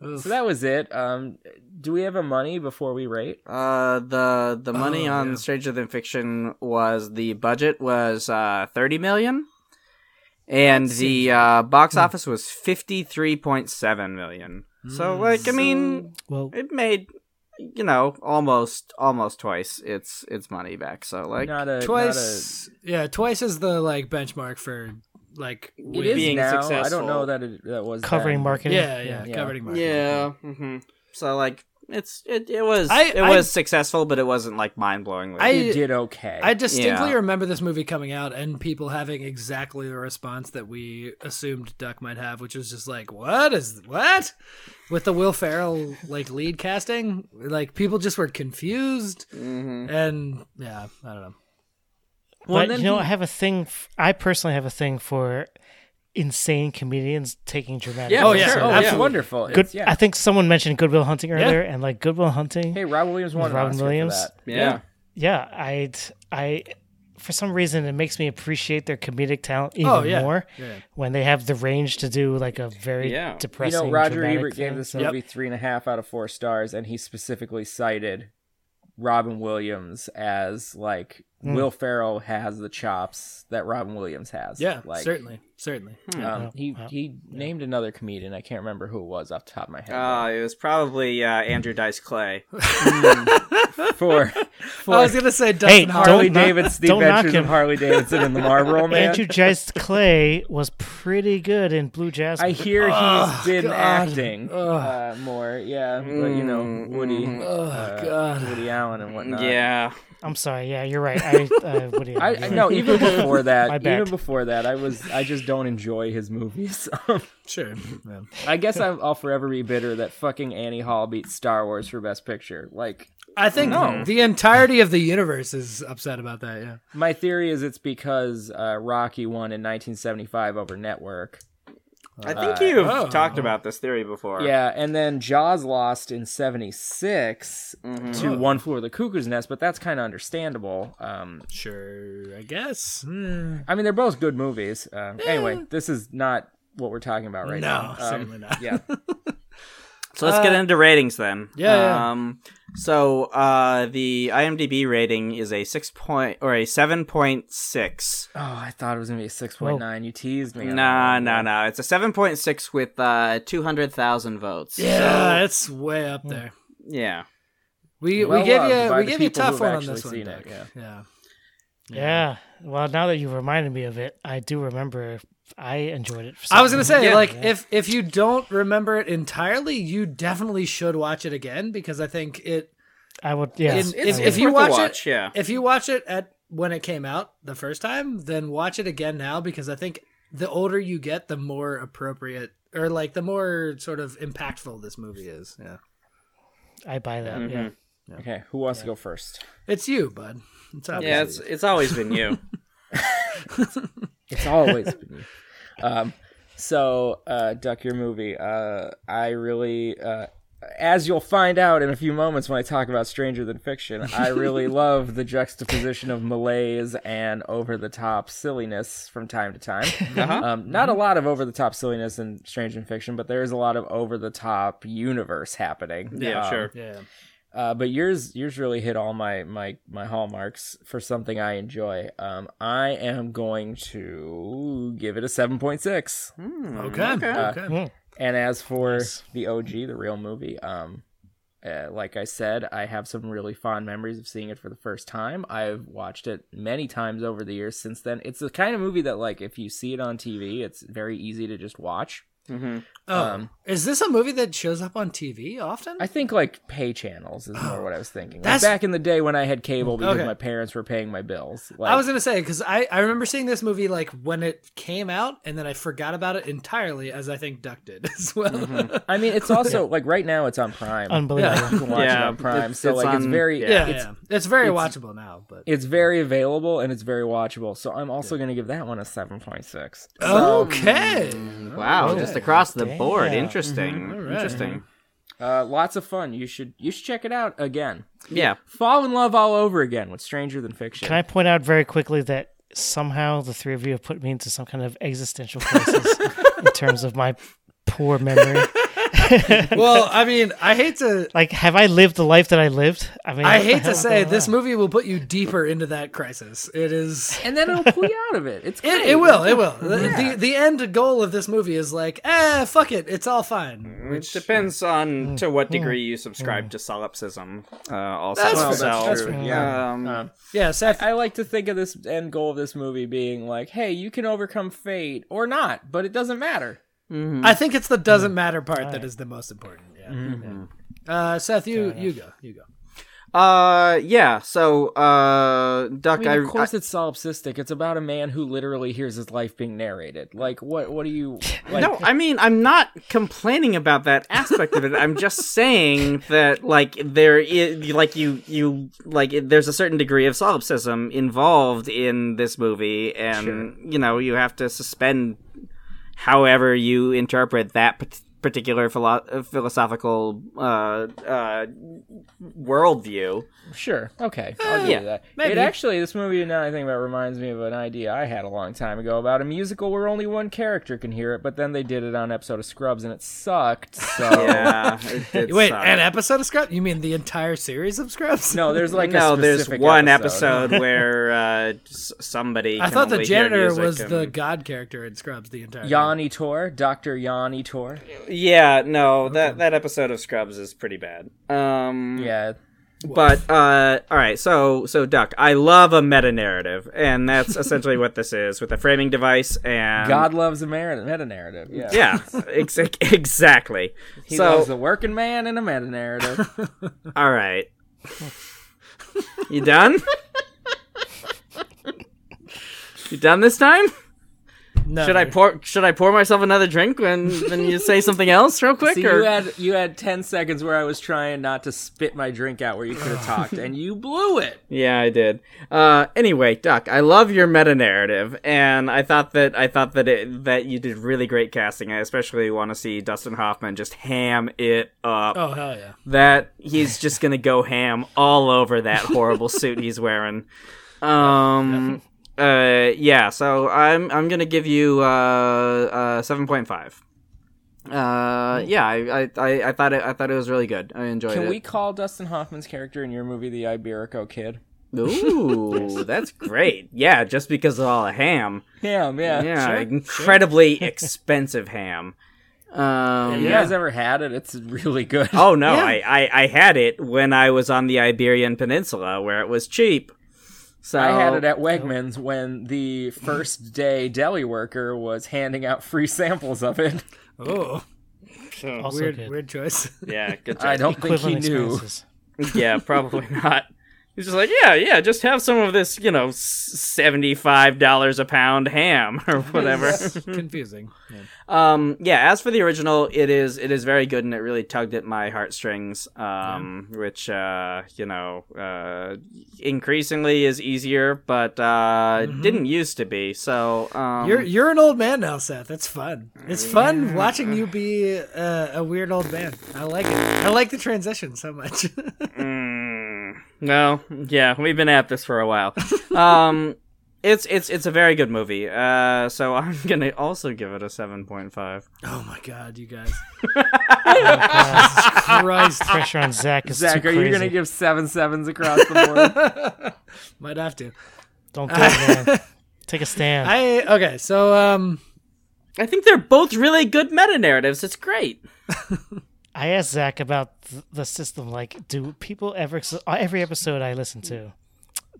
Speaker 3: Oof.
Speaker 2: <laughs> so that was it. Um, do we have a money before we rate?
Speaker 1: Uh, the the money
Speaker 3: Oh,
Speaker 1: on
Speaker 3: yeah.
Speaker 1: Stranger Than Fiction was the budget was uh, thirty million, and the uh,
Speaker 3: Hmm.
Speaker 1: box office was fifty three point seven million. So
Speaker 3: Mm.
Speaker 1: like, I mean,
Speaker 6: Well,
Speaker 1: it made you know almost almost twice its its money back. So like,
Speaker 2: not a Not
Speaker 3: twice. Yeah, twice is the like benchmark for like
Speaker 2: a, it
Speaker 3: win.
Speaker 2: is
Speaker 1: being
Speaker 2: now. I
Speaker 1: successful.
Speaker 2: don't know that it that was
Speaker 6: covering
Speaker 2: then.
Speaker 6: marketing.
Speaker 3: Yeah, yeah,
Speaker 2: Yeah.
Speaker 3: covering market.
Speaker 1: yeah. hmm So like, it's it, it was
Speaker 3: I-
Speaker 1: it
Speaker 3: I-
Speaker 1: was successful, but it wasn't like mind blowingly.
Speaker 3: I-
Speaker 2: It did okay.
Speaker 3: I distinctly
Speaker 1: Yeah.
Speaker 3: remember this movie coming out and people having exactly the response that we assumed Duck might have, which was just like, "What is what?" With the Will Ferrell like lead casting, like people just were confused,
Speaker 1: Mm-hmm.
Speaker 2: Mm-hmm.
Speaker 3: and yeah, I don't know.
Speaker 2: Well,
Speaker 6: but
Speaker 2: then
Speaker 6: you know,
Speaker 2: he-
Speaker 6: I have a thing. f- I personally have a thing for insane comedians taking dramatic.
Speaker 2: yeah,
Speaker 3: Oh,
Speaker 2: for
Speaker 3: yeah.
Speaker 2: sure.
Speaker 3: Oh,
Speaker 2: that's
Speaker 3: yeah.
Speaker 2: wonderful.
Speaker 6: good.
Speaker 2: It's- yeah.
Speaker 6: I think someone mentioned Goodwill Hunting earlier, and like Goodwill Hunting.
Speaker 2: hey, Rob Williams won an
Speaker 6: Robin
Speaker 2: Oscar for
Speaker 6: Williams.
Speaker 2: that.
Speaker 1: yeah.
Speaker 6: yeah, I, I, for some reason, it makes me appreciate their comedic talent even
Speaker 3: Oh, yeah.
Speaker 6: more
Speaker 3: Yeah.
Speaker 6: when they have the range to do like a very
Speaker 1: Yeah.
Speaker 2: You
Speaker 6: depressing.
Speaker 2: know, Roger
Speaker 6: dramatic
Speaker 2: Ebert gave
Speaker 6: thing.
Speaker 2: this
Speaker 3: Yep.
Speaker 2: movie three and a half out of four stars, and he specifically cited Robin Williams as like
Speaker 6: Hmm.
Speaker 2: Will Ferrell has the chops that Robin Williams has.
Speaker 3: Yeah,
Speaker 2: like,
Speaker 3: certainly, certainly.
Speaker 2: Um, he he named another comedian. I can't remember who it was off the top of my head.
Speaker 1: Uh, it was probably uh, Andrew
Speaker 3: <laughs>
Speaker 1: Dice Clay.
Speaker 2: for
Speaker 3: I was gonna say Dustin
Speaker 6: Hey,
Speaker 3: Hoffman.
Speaker 2: Harley
Speaker 6: Don't knock-
Speaker 2: Davidson, the
Speaker 6: don't knock
Speaker 2: Adventures of
Speaker 6: him.
Speaker 2: Harley Davidson and the Marlboro Man.
Speaker 6: <laughs> Andrew Dice Clay was pretty good in Blue Jasmine.
Speaker 2: I hear he's been
Speaker 3: God.
Speaker 2: acting uh, more. Yeah, but you
Speaker 6: Mm,
Speaker 2: know Woody,
Speaker 3: Oh God.
Speaker 2: Woody Allen and whatnot.
Speaker 1: Yeah.
Speaker 6: I'm sorry. Yeah, you're
Speaker 2: <laughs>
Speaker 6: right. I, uh, what do you,
Speaker 2: I, I no,
Speaker 6: <laughs>
Speaker 2: even before
Speaker 6: My
Speaker 2: that,
Speaker 6: bad.
Speaker 2: even before that, I was I just don't enjoy his movies. <laughs> Um,
Speaker 3: Sure. Yeah.
Speaker 2: I guess I'm, I'll forever be bitter that fucking Annie Hall beat Star Wars for Best Picture. Like
Speaker 3: I think the entirety of the universe is upset about that. Yeah.
Speaker 2: my theory is it's because uh, Rocky won in 1975 over Network.
Speaker 1: I think you've
Speaker 3: oh.
Speaker 1: talked about this theory before.
Speaker 2: Yeah, and then Jaws lost in '76 to One Flew Over the Cuckoo's Nest, but that's kind of understandable. Um,
Speaker 3: Sure. I guess. Hmm.
Speaker 2: I mean, they're both good movies. Um, anyway, this is not what we're talking about right now.
Speaker 3: no,
Speaker 2: Um,
Speaker 3: certainly not. <laughs>
Speaker 2: Yeah.
Speaker 1: So let's get into ratings then.
Speaker 3: Uh, yeah, yeah.
Speaker 1: Um, so uh, the IMDb rating is a six point or a seven point six.
Speaker 2: Oh, I thought it was gonna be a six point nine. You teased me.
Speaker 1: No, no, no. It's a seven point six with uh, two hundred thousand votes.
Speaker 3: Yeah, it's way up there.
Speaker 1: Yeah.
Speaker 3: We
Speaker 2: Hmm. Well
Speaker 3: we gave
Speaker 2: loved
Speaker 3: you
Speaker 2: by
Speaker 3: we
Speaker 2: the
Speaker 3: gave you a
Speaker 2: people
Speaker 3: tough
Speaker 2: who've
Speaker 3: one on
Speaker 2: actually
Speaker 3: this one.
Speaker 2: seen
Speaker 3: Doug.
Speaker 2: it, yeah.
Speaker 3: yeah.
Speaker 6: Yeah. Well, now that you reminded me of it, I do remember. I enjoyed it. For some
Speaker 3: I was gonna
Speaker 6: reason.
Speaker 3: say, like, if if you don't remember it entirely, you definitely should watch it again because I think it.
Speaker 6: I would. Yeah.
Speaker 3: in-
Speaker 6: I
Speaker 3: if,
Speaker 6: would.
Speaker 3: if you
Speaker 1: Worth a
Speaker 3: watch,
Speaker 1: watch,
Speaker 3: it,
Speaker 1: yeah.
Speaker 3: if you watch it at when it came out the first time, then watch it again now because I think the older you get, the more appropriate or like the more sort of impactful this movie is. Yeah,
Speaker 6: I buy that. Yeah.
Speaker 3: Mm-hmm.
Speaker 2: Okay, who wants to go first?
Speaker 3: it's you, bud. It's obvious.
Speaker 1: Yeah. It's it's always
Speaker 3: <laughs>
Speaker 1: been you.
Speaker 2: It's always been you. Um, so, uh, Duck Your Movie. Uh, I really, uh, as you'll find out in a few moments when I talk about Stranger Than Fiction, I
Speaker 1: <laughs>
Speaker 2: really love the juxtaposition of malaise and over the top silliness from time to time.
Speaker 1: Uh-huh.
Speaker 2: Um, not
Speaker 1: Mm-hmm.
Speaker 2: a lot of over the top silliness in Stranger Than Fiction, but there is a lot of over the top universe happening.
Speaker 1: yeah.
Speaker 2: Um,
Speaker 1: Sure.
Speaker 3: yeah.
Speaker 2: Uh, but yours yours really hit all my my my hallmarks for something I enjoy. Um, I am going to give it a seven point six.
Speaker 1: Hmm.
Speaker 3: Okay. Okay.
Speaker 2: Uh, And as for the OG, the real movie, um, uh, like I said, I have some really fond memories of seeing it for the first time. I've watched it many times over the years since then. It's the kind of movie that like if you see it on TV, it's very easy to just watch.
Speaker 1: Mm-hmm.
Speaker 3: Oh,
Speaker 2: um,
Speaker 3: is this a movie that shows up on TV often?
Speaker 2: I think like pay channels is more what I was thinking. Like
Speaker 3: Oh, That's- Mm,
Speaker 2: back in the day when I had cable because
Speaker 3: Okay.
Speaker 2: my parents were paying my bills. Like,
Speaker 3: I was gonna say because I I remember seeing this movie like when it came out, and then I forgot about it entirely, as I think Duck did <laughs> as well.
Speaker 2: I mean,
Speaker 1: <laughs>
Speaker 2: it's also like right now it's on Prime.
Speaker 6: Unbelievable.
Speaker 3: <laughs>
Speaker 2: You can watch it
Speaker 1: Yeah,
Speaker 2: on Prime.
Speaker 1: it's-
Speaker 2: so
Speaker 1: it's
Speaker 2: like it's
Speaker 1: on-
Speaker 2: very
Speaker 1: yeah.
Speaker 3: yeah,
Speaker 2: it's
Speaker 3: yeah. it's very watchable now. But
Speaker 2: it's very available and it's very watchable. So I'm also gonna give that one a seven point six.
Speaker 3: okay,
Speaker 1: Wow,
Speaker 3: Oh.
Speaker 1: just across the board.
Speaker 6: Damn.
Speaker 1: Interesting.
Speaker 3: Mm-hmm.
Speaker 1: Interesting.
Speaker 2: Uh, lots of fun. You should you should check it out again.
Speaker 1: Yeah.
Speaker 2: Fall in love all over again with Stranger Than Fiction.
Speaker 6: Can I point out very quickly that somehow the three of you have put me into some kind of existential crisis
Speaker 3: <laughs>
Speaker 6: in terms of my poor memory?
Speaker 3: well, I mean, I hate to.
Speaker 6: Like, have I lived the life that I lived? I mean,
Speaker 3: I
Speaker 6: what the
Speaker 3: hate
Speaker 6: hell
Speaker 3: to
Speaker 6: is
Speaker 3: say
Speaker 6: going
Speaker 3: this
Speaker 6: on?
Speaker 3: movie will put you deeper into that crisis. It is.
Speaker 2: and then it'll pull you out of it. It's
Speaker 3: It,
Speaker 2: great.
Speaker 3: it will. It will. The- The, the end goal of this movie is like, eh, fuck it. It's all fine.
Speaker 1: Which depends
Speaker 2: Mm,
Speaker 1: on to what degree you subscribe to solipsism. Uh, also,
Speaker 3: That's
Speaker 2: Well,
Speaker 3: fair.
Speaker 1: so,
Speaker 2: that's
Speaker 3: true.
Speaker 2: true. Yeah.
Speaker 1: Um,
Speaker 2: Um,
Speaker 3: Yeah, Uh. Seth.
Speaker 2: I like to think of this end goal of this movie being like, hey, you can overcome fate or not, but it doesn't matter.
Speaker 3: I think it's the doesn't matter part that is the most important. Yeah.
Speaker 2: Mm-hmm.
Speaker 3: Yeah. Uh, Seth, you you go. You go.
Speaker 1: uh, yeah. So, uh,
Speaker 2: I
Speaker 1: Duck,
Speaker 2: mean,
Speaker 1: I,
Speaker 2: of course it's solipsistic. It's about a man who literally hears his life being narrated. Like, what? What do you? Like,
Speaker 1: <laughs> No, I mean I'm not complaining about that aspect of it. I'm <laughs> just saying that like there is like you you like there's a certain degree of solipsism involved in this movie and you know you have to suspend however you interpret that pat- particular philo- philosophical uh uh worldview.
Speaker 2: Sure. Okay. I'll give
Speaker 1: Uh, yeah,
Speaker 2: you that. It
Speaker 3: maybe.
Speaker 2: actually, this movie, now that I think about it, reminds me of an idea I had a long time ago about a musical where only one character can hear it, but then they did it on an episode of Scrubs and it sucked. So.
Speaker 1: <laughs> Yeah. <laughs> It did
Speaker 3: Wait,
Speaker 1: suck.
Speaker 3: an episode of Scrubs? You mean the entire series of Scrubs? <laughs>
Speaker 2: No, there's like a
Speaker 1: no, there's
Speaker 2: specific
Speaker 1: one episode, where uh, s- somebody.
Speaker 3: I
Speaker 1: can
Speaker 3: thought the
Speaker 1: only hear
Speaker 3: janitor
Speaker 1: music
Speaker 3: was the
Speaker 1: and-
Speaker 3: god character in Scrubs the entire
Speaker 2: Yanni Tor, Doctor Yanni Tor.
Speaker 1: Yeah, no, that that episode of Scrubs is pretty bad. Um
Speaker 2: Yeah,
Speaker 1: but uh all right, so so Duck, I love a meta narrative
Speaker 2: <laughs>
Speaker 1: and that's essentially what this is with a framing device and
Speaker 2: God loves a meta narrative. Yeah,
Speaker 1: Um, yeah, ex- exactly.
Speaker 2: He
Speaker 1: so
Speaker 2: loves the working man and a meta
Speaker 1: <laughs>
Speaker 2: narrative. <laughs>
Speaker 1: all right. you done? you done this time?
Speaker 3: No,
Speaker 1: Should I pour should I pour myself another drink when when you say something else real quick
Speaker 2: See,
Speaker 1: or
Speaker 2: you had you had ten seconds where I was trying not to spit my drink out where you could have talked, and you blew
Speaker 1: <laughs>
Speaker 2: it.
Speaker 1: Yeah, I did. Uh, anyway, Duck, I love your meta narrative, and I thought that I thought that it, that you did really great casting. I especially want to see Dustin Hoffman just ham it up.
Speaker 3: Oh hell yeah!
Speaker 1: That he's just gonna go ham all over that horrible suit he's wearing. Um, uh, yeah. So I'm I'm gonna give you uh, uh seven point five. Uh, yeah, I, I I I thought it I thought it was really good. I enjoyed
Speaker 2: Can
Speaker 1: it.
Speaker 2: we call Dustin Hoffman's character in your movie the Iberico Kid?
Speaker 1: Ooh, that's great. Yeah, just because of all the ham.
Speaker 2: Yeah, <laughs> yeah.
Speaker 1: Yeah,
Speaker 2: sure.
Speaker 1: incredibly expensive ham. Um,
Speaker 2: You guys ever had it? It's really good.
Speaker 1: Oh no,
Speaker 3: Yeah.
Speaker 1: I, I I had it when I was on the Iberian Peninsula where it was cheap. So
Speaker 2: I had it at Wegmans when the first day deli worker was handing out free samples of it.
Speaker 3: Oh,
Speaker 6: Also
Speaker 3: weird,
Speaker 6: good.
Speaker 3: weird choice. <laughs>
Speaker 2: <laughs>
Speaker 1: yeah, good
Speaker 2: I don't think he
Speaker 6: Equivalent
Speaker 2: knew.
Speaker 6: experiences.
Speaker 1: yeah,
Speaker 2: <laughs>
Speaker 1: probably not. He's just like, yeah, yeah, just have some of this, you know, seventy five dollars a pound ham <laughs> or whatever.
Speaker 3: Confusing.
Speaker 1: Um, yeah. As for the original, it is it is very good, and it really tugged at my heartstrings. Um, which uh, you know, uh, increasingly is easier, but uh, it didn't used to be. So um,
Speaker 3: You're you're an old man now, Seth. It's fun. It's fun watching you be uh, a weird old man. I like it. I like the transition so much. <laughs>
Speaker 1: Mm, no, yeah, we've been at this for a <laughs> while. um, it's it's it's a very good movie. Uh, so <laughs> I'm gonna also give it a seven point five.
Speaker 3: oh my god, you guys! Oh, Jesus Christ,
Speaker 6: Pressure on Zach
Speaker 3: <laughs>
Speaker 2: <laughs>
Speaker 6: is
Speaker 2: Zach,
Speaker 6: too
Speaker 2: are
Speaker 6: crazy.
Speaker 2: you going to give seven sevens across the board?
Speaker 3: might have to.
Speaker 6: Don't do
Speaker 3: <laughs>
Speaker 6: it, man. Take a stand.
Speaker 3: I okay. So um,
Speaker 1: I think they're both really good meta narratives. It's great.
Speaker 6: I asked Zach about th- the system. Like, do people ever? so uh, Every episode I listen to,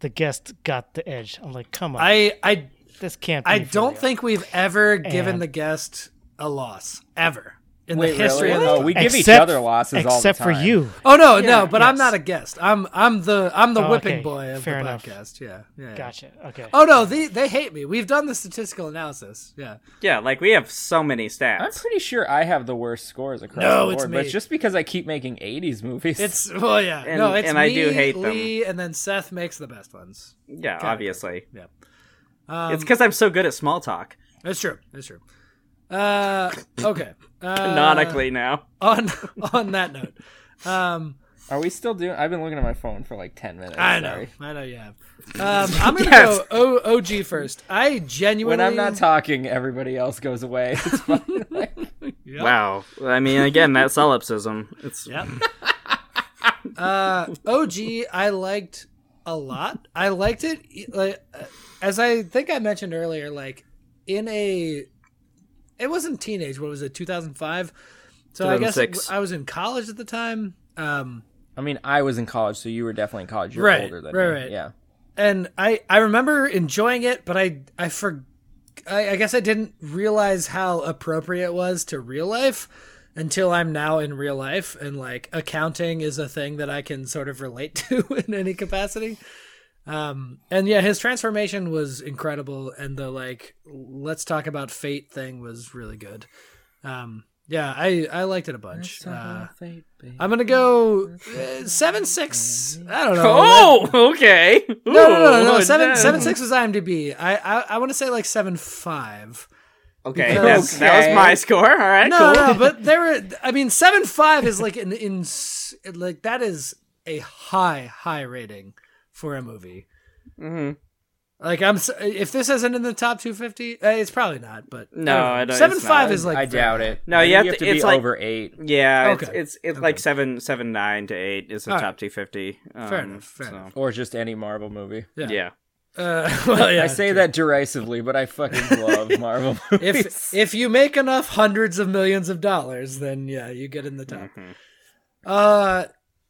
Speaker 6: the guest got the edge. I'm like, come on,
Speaker 3: I I
Speaker 6: this can't. be
Speaker 3: I
Speaker 6: for
Speaker 3: don't
Speaker 6: real.
Speaker 3: think we've ever given
Speaker 6: And-
Speaker 3: the guest a loss ever in
Speaker 2: Wait,
Speaker 3: the history
Speaker 2: really?
Speaker 3: of
Speaker 2: Oh,
Speaker 3: the
Speaker 2: we give each
Speaker 6: Except-
Speaker 2: other losses all the
Speaker 6: except for
Speaker 2: time.
Speaker 6: you.
Speaker 3: Oh no, no, but I'm not a guest. I'm I'm the I'm the
Speaker 6: Oh,
Speaker 3: whipping
Speaker 6: okay.
Speaker 3: boy of
Speaker 6: Fair
Speaker 3: the
Speaker 6: enough.
Speaker 3: podcast. Yeah, yeah. yeah.
Speaker 6: Gotcha. Okay.
Speaker 3: Oh no, they they hate me. We've done the statistical analysis. Yeah.
Speaker 1: Yeah, like we have so
Speaker 2: <laughs>
Speaker 1: many
Speaker 2: I'm
Speaker 1: stats.
Speaker 2: pretty sure I have the worst scores across
Speaker 3: No,
Speaker 2: the
Speaker 3: it's
Speaker 2: board, but
Speaker 3: me.
Speaker 2: just because I keep making 80s movies.
Speaker 3: It's well, yeah.
Speaker 1: And-
Speaker 3: no, it's
Speaker 1: and I
Speaker 3: me,
Speaker 1: do hate them.
Speaker 3: Lee, and then Seth makes the best ones.
Speaker 1: Yeah, obviously.
Speaker 3: Yep.
Speaker 1: it's
Speaker 3: Um,
Speaker 1: because I'm so good at small talk.
Speaker 3: It's true. It's true. Uh, okay. Uh,
Speaker 1: Canonically now.
Speaker 3: on <laughs> on that note,
Speaker 2: <laughs>
Speaker 3: um,
Speaker 2: Are we still doing? I've been looking at my phone for like 10 minutes.
Speaker 3: I know,
Speaker 2: Oh, sorry.
Speaker 3: I know you have. Um, I'm
Speaker 2: <laughs>
Speaker 3: gonna
Speaker 1: Yes.
Speaker 3: go o- OG first. I genuinely
Speaker 2: When I'm not talking, everybody else goes <laughs> away. It's fine.
Speaker 1: Wow. I mean, again, that solipsism. It's
Speaker 3: Yep. uh, OG, I liked a lot. I liked it, e- like, uh, as I think I mentioned earlier. Like in a, it wasn't teenage. What was it? Two thousand five. So I guess
Speaker 1: 2006.
Speaker 3: I was in college at the time. Um,
Speaker 2: I mean, I was in college, so you were definitely in college. You're
Speaker 3: Right,
Speaker 2: older than
Speaker 3: right,
Speaker 2: me.
Speaker 3: right.
Speaker 2: Yeah.
Speaker 3: and I I remember enjoying it, but I I for I, I guess I didn't realize how appropriate it was to real life until I'm now in real life and like accounting is a thing that I can sort of relate <laughs> to in any capacity. Um and yeah, his transformation was incredible and the like let's talk about fate thing was really good. Um yeah, I I liked it a bunch. Uh, I'm going to go uh, 7 6. I don't know.
Speaker 1: <laughs> Oh, okay.
Speaker 3: No, no, no,
Speaker 1: oh,
Speaker 3: no, no. Seven, seven, six was IMDb. I, I, I want to say like seven five.
Speaker 1: Okay,
Speaker 3: Because-
Speaker 1: that's, that was my score. All right,
Speaker 3: No,
Speaker 1: cool.
Speaker 3: no,
Speaker 1: <laughs>
Speaker 3: but there were. I mean, seven five is like an in like that is a high high rating for a movie. Mm-hmm. Like I'm, s- if this isn't in the top two fifty, uh, it's probably not. But
Speaker 1: No, I don't-
Speaker 3: seven
Speaker 1: it's
Speaker 3: five
Speaker 1: not.
Speaker 3: is like
Speaker 2: I doubt it.
Speaker 1: No,
Speaker 2: I
Speaker 1: you
Speaker 2: think
Speaker 1: have
Speaker 2: you
Speaker 1: to-
Speaker 2: have to,
Speaker 1: it's
Speaker 2: be
Speaker 1: like-
Speaker 2: over eight.
Speaker 1: Yeah, it's
Speaker 3: Okay.
Speaker 1: it's, it's like seven seven nine to eight is the
Speaker 3: All
Speaker 1: top
Speaker 3: right.
Speaker 1: two fifty. Um,
Speaker 3: Fair enough. Fair
Speaker 1: so,
Speaker 3: enough.
Speaker 2: Or just any Marvel movie.
Speaker 1: Yeah.
Speaker 3: Uh, <laughs> well, yeah.
Speaker 2: I say that derisively, but I fucking <laughs> love Marvel movies.
Speaker 3: if if you make enough hundreds of millions of dollars, then yeah, you get in the top.
Speaker 1: Mm-hmm.
Speaker 3: Uh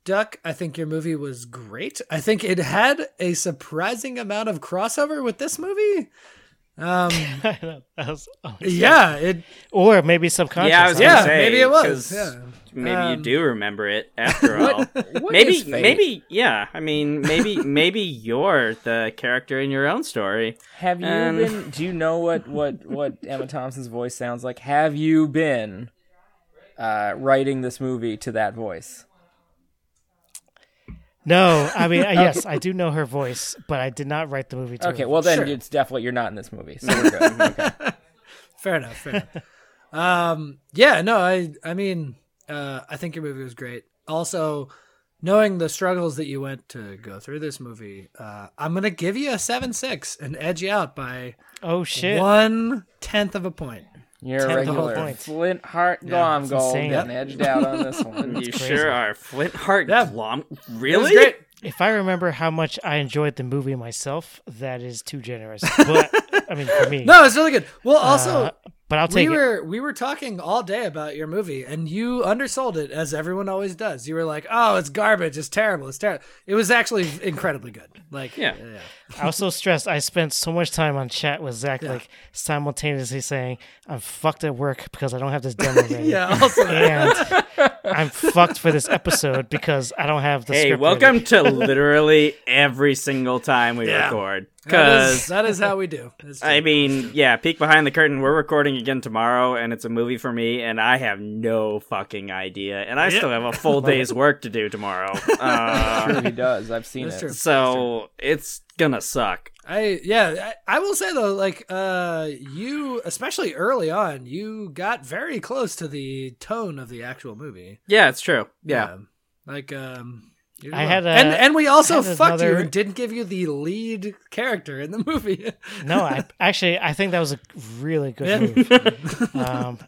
Speaker 3: Duck, I think your movie was great. I think it had a surprising amount of crossover with this movie. Um
Speaker 6: <laughs> That was- oh.
Speaker 3: yeah, it
Speaker 6: Or maybe subconscious.
Speaker 1: Yeah, I was
Speaker 6: huh?
Speaker 1: gonna
Speaker 3: yeah,
Speaker 1: say,
Speaker 3: maybe it
Speaker 1: 'cause
Speaker 3: was. Yeah.
Speaker 1: Maybe
Speaker 3: Um,
Speaker 1: you do
Speaker 3: <laughs>
Speaker 1: remember it after all.
Speaker 2: What
Speaker 1: maybe
Speaker 2: is Fate?
Speaker 1: maybe yeah. I mean, maybe maybe you're the character in your own story.
Speaker 2: Have you
Speaker 1: And-
Speaker 2: been? Do you know what what what Emma Thompson's voice sounds like? Have you been uh, writing this movie to that voice?
Speaker 6: No, I mean, uh, yes, I do know her voice, but I did not write the movie to
Speaker 2: Okay,
Speaker 6: her.
Speaker 2: well then
Speaker 3: Sure.
Speaker 2: it's definitely you're not in this movie,
Speaker 3: <laughs>
Speaker 2: so we're good. okay.
Speaker 3: Fair enough, fair enough. Um yeah, no, I I mean, uh I think your movie was great. Also, knowing the struggles that you went to go through this movie, uh I'm going to give you a 7-6 and edge you out by
Speaker 6: oh, shit.
Speaker 3: one tenth of a point.
Speaker 2: You're a
Speaker 6: Ten whole
Speaker 2: regular
Speaker 6: points.
Speaker 2: Flint Heart Glom
Speaker 6: that's
Speaker 2: Gold
Speaker 6: insane.
Speaker 2: getting edged out on
Speaker 3: <laughs>
Speaker 2: this one.
Speaker 1: you
Speaker 6: crazy.
Speaker 1: sure are, Flint Heart
Speaker 3: Yeah.
Speaker 1: Glom.
Speaker 3: It was
Speaker 1: Really?
Speaker 3: great.
Speaker 6: If I remember how much I enjoyed the movie myself, that is too generous. But, I mean, for me.
Speaker 3: No, it's really good. Well, also,
Speaker 6: Uh, but I'll
Speaker 3: we
Speaker 6: take it.
Speaker 3: were we were talking all day about your movie, and you undersold it as everyone always does. You were like, "Oh, it's garbage. It's terrible. It's terrible." It was actually incredibly good. Like,
Speaker 1: Yeah.
Speaker 6: I was so stressed. I spent so much time on chat with Zach, like simultaneously saying, I'm fucked at work because I don't have
Speaker 3: <laughs>
Speaker 6: this demo
Speaker 3: <laughs>
Speaker 6: ready.
Speaker 3: yeah. Also,
Speaker 6: And I'm fucked for this episode because I don't have the
Speaker 1: Hey,
Speaker 6: script.
Speaker 1: welcome
Speaker 6: ready.
Speaker 1: to literally every single time we
Speaker 3: Yeah.
Speaker 1: record.
Speaker 3: that is,
Speaker 1: Because
Speaker 3: that is how we do. That's true.
Speaker 1: I mean, yeah, peek behind the curtain. We're recording again tomorrow, and it's a movie for me, and I have no fucking idea, and I still have a full day's work to do tomorrow. Uh,
Speaker 2: Sure he does. I've seen
Speaker 3: That's
Speaker 2: it.
Speaker 3: true.
Speaker 1: so it's gonna suck.
Speaker 3: I yeah, I, I will say though, like uh you especially early on, you got very close to the tone of the actual movie.
Speaker 1: Yeah, it's true. Yeah,
Speaker 3: Um, like um you
Speaker 6: I
Speaker 3: were-
Speaker 6: had a-
Speaker 3: and and we also
Speaker 6: I had
Speaker 3: fucked you
Speaker 6: another-
Speaker 3: and didn't give you the lead character in the
Speaker 2: <laughs>
Speaker 3: movie.
Speaker 6: No, I actually I think that was a really
Speaker 3: Yeah.
Speaker 6: good move. um,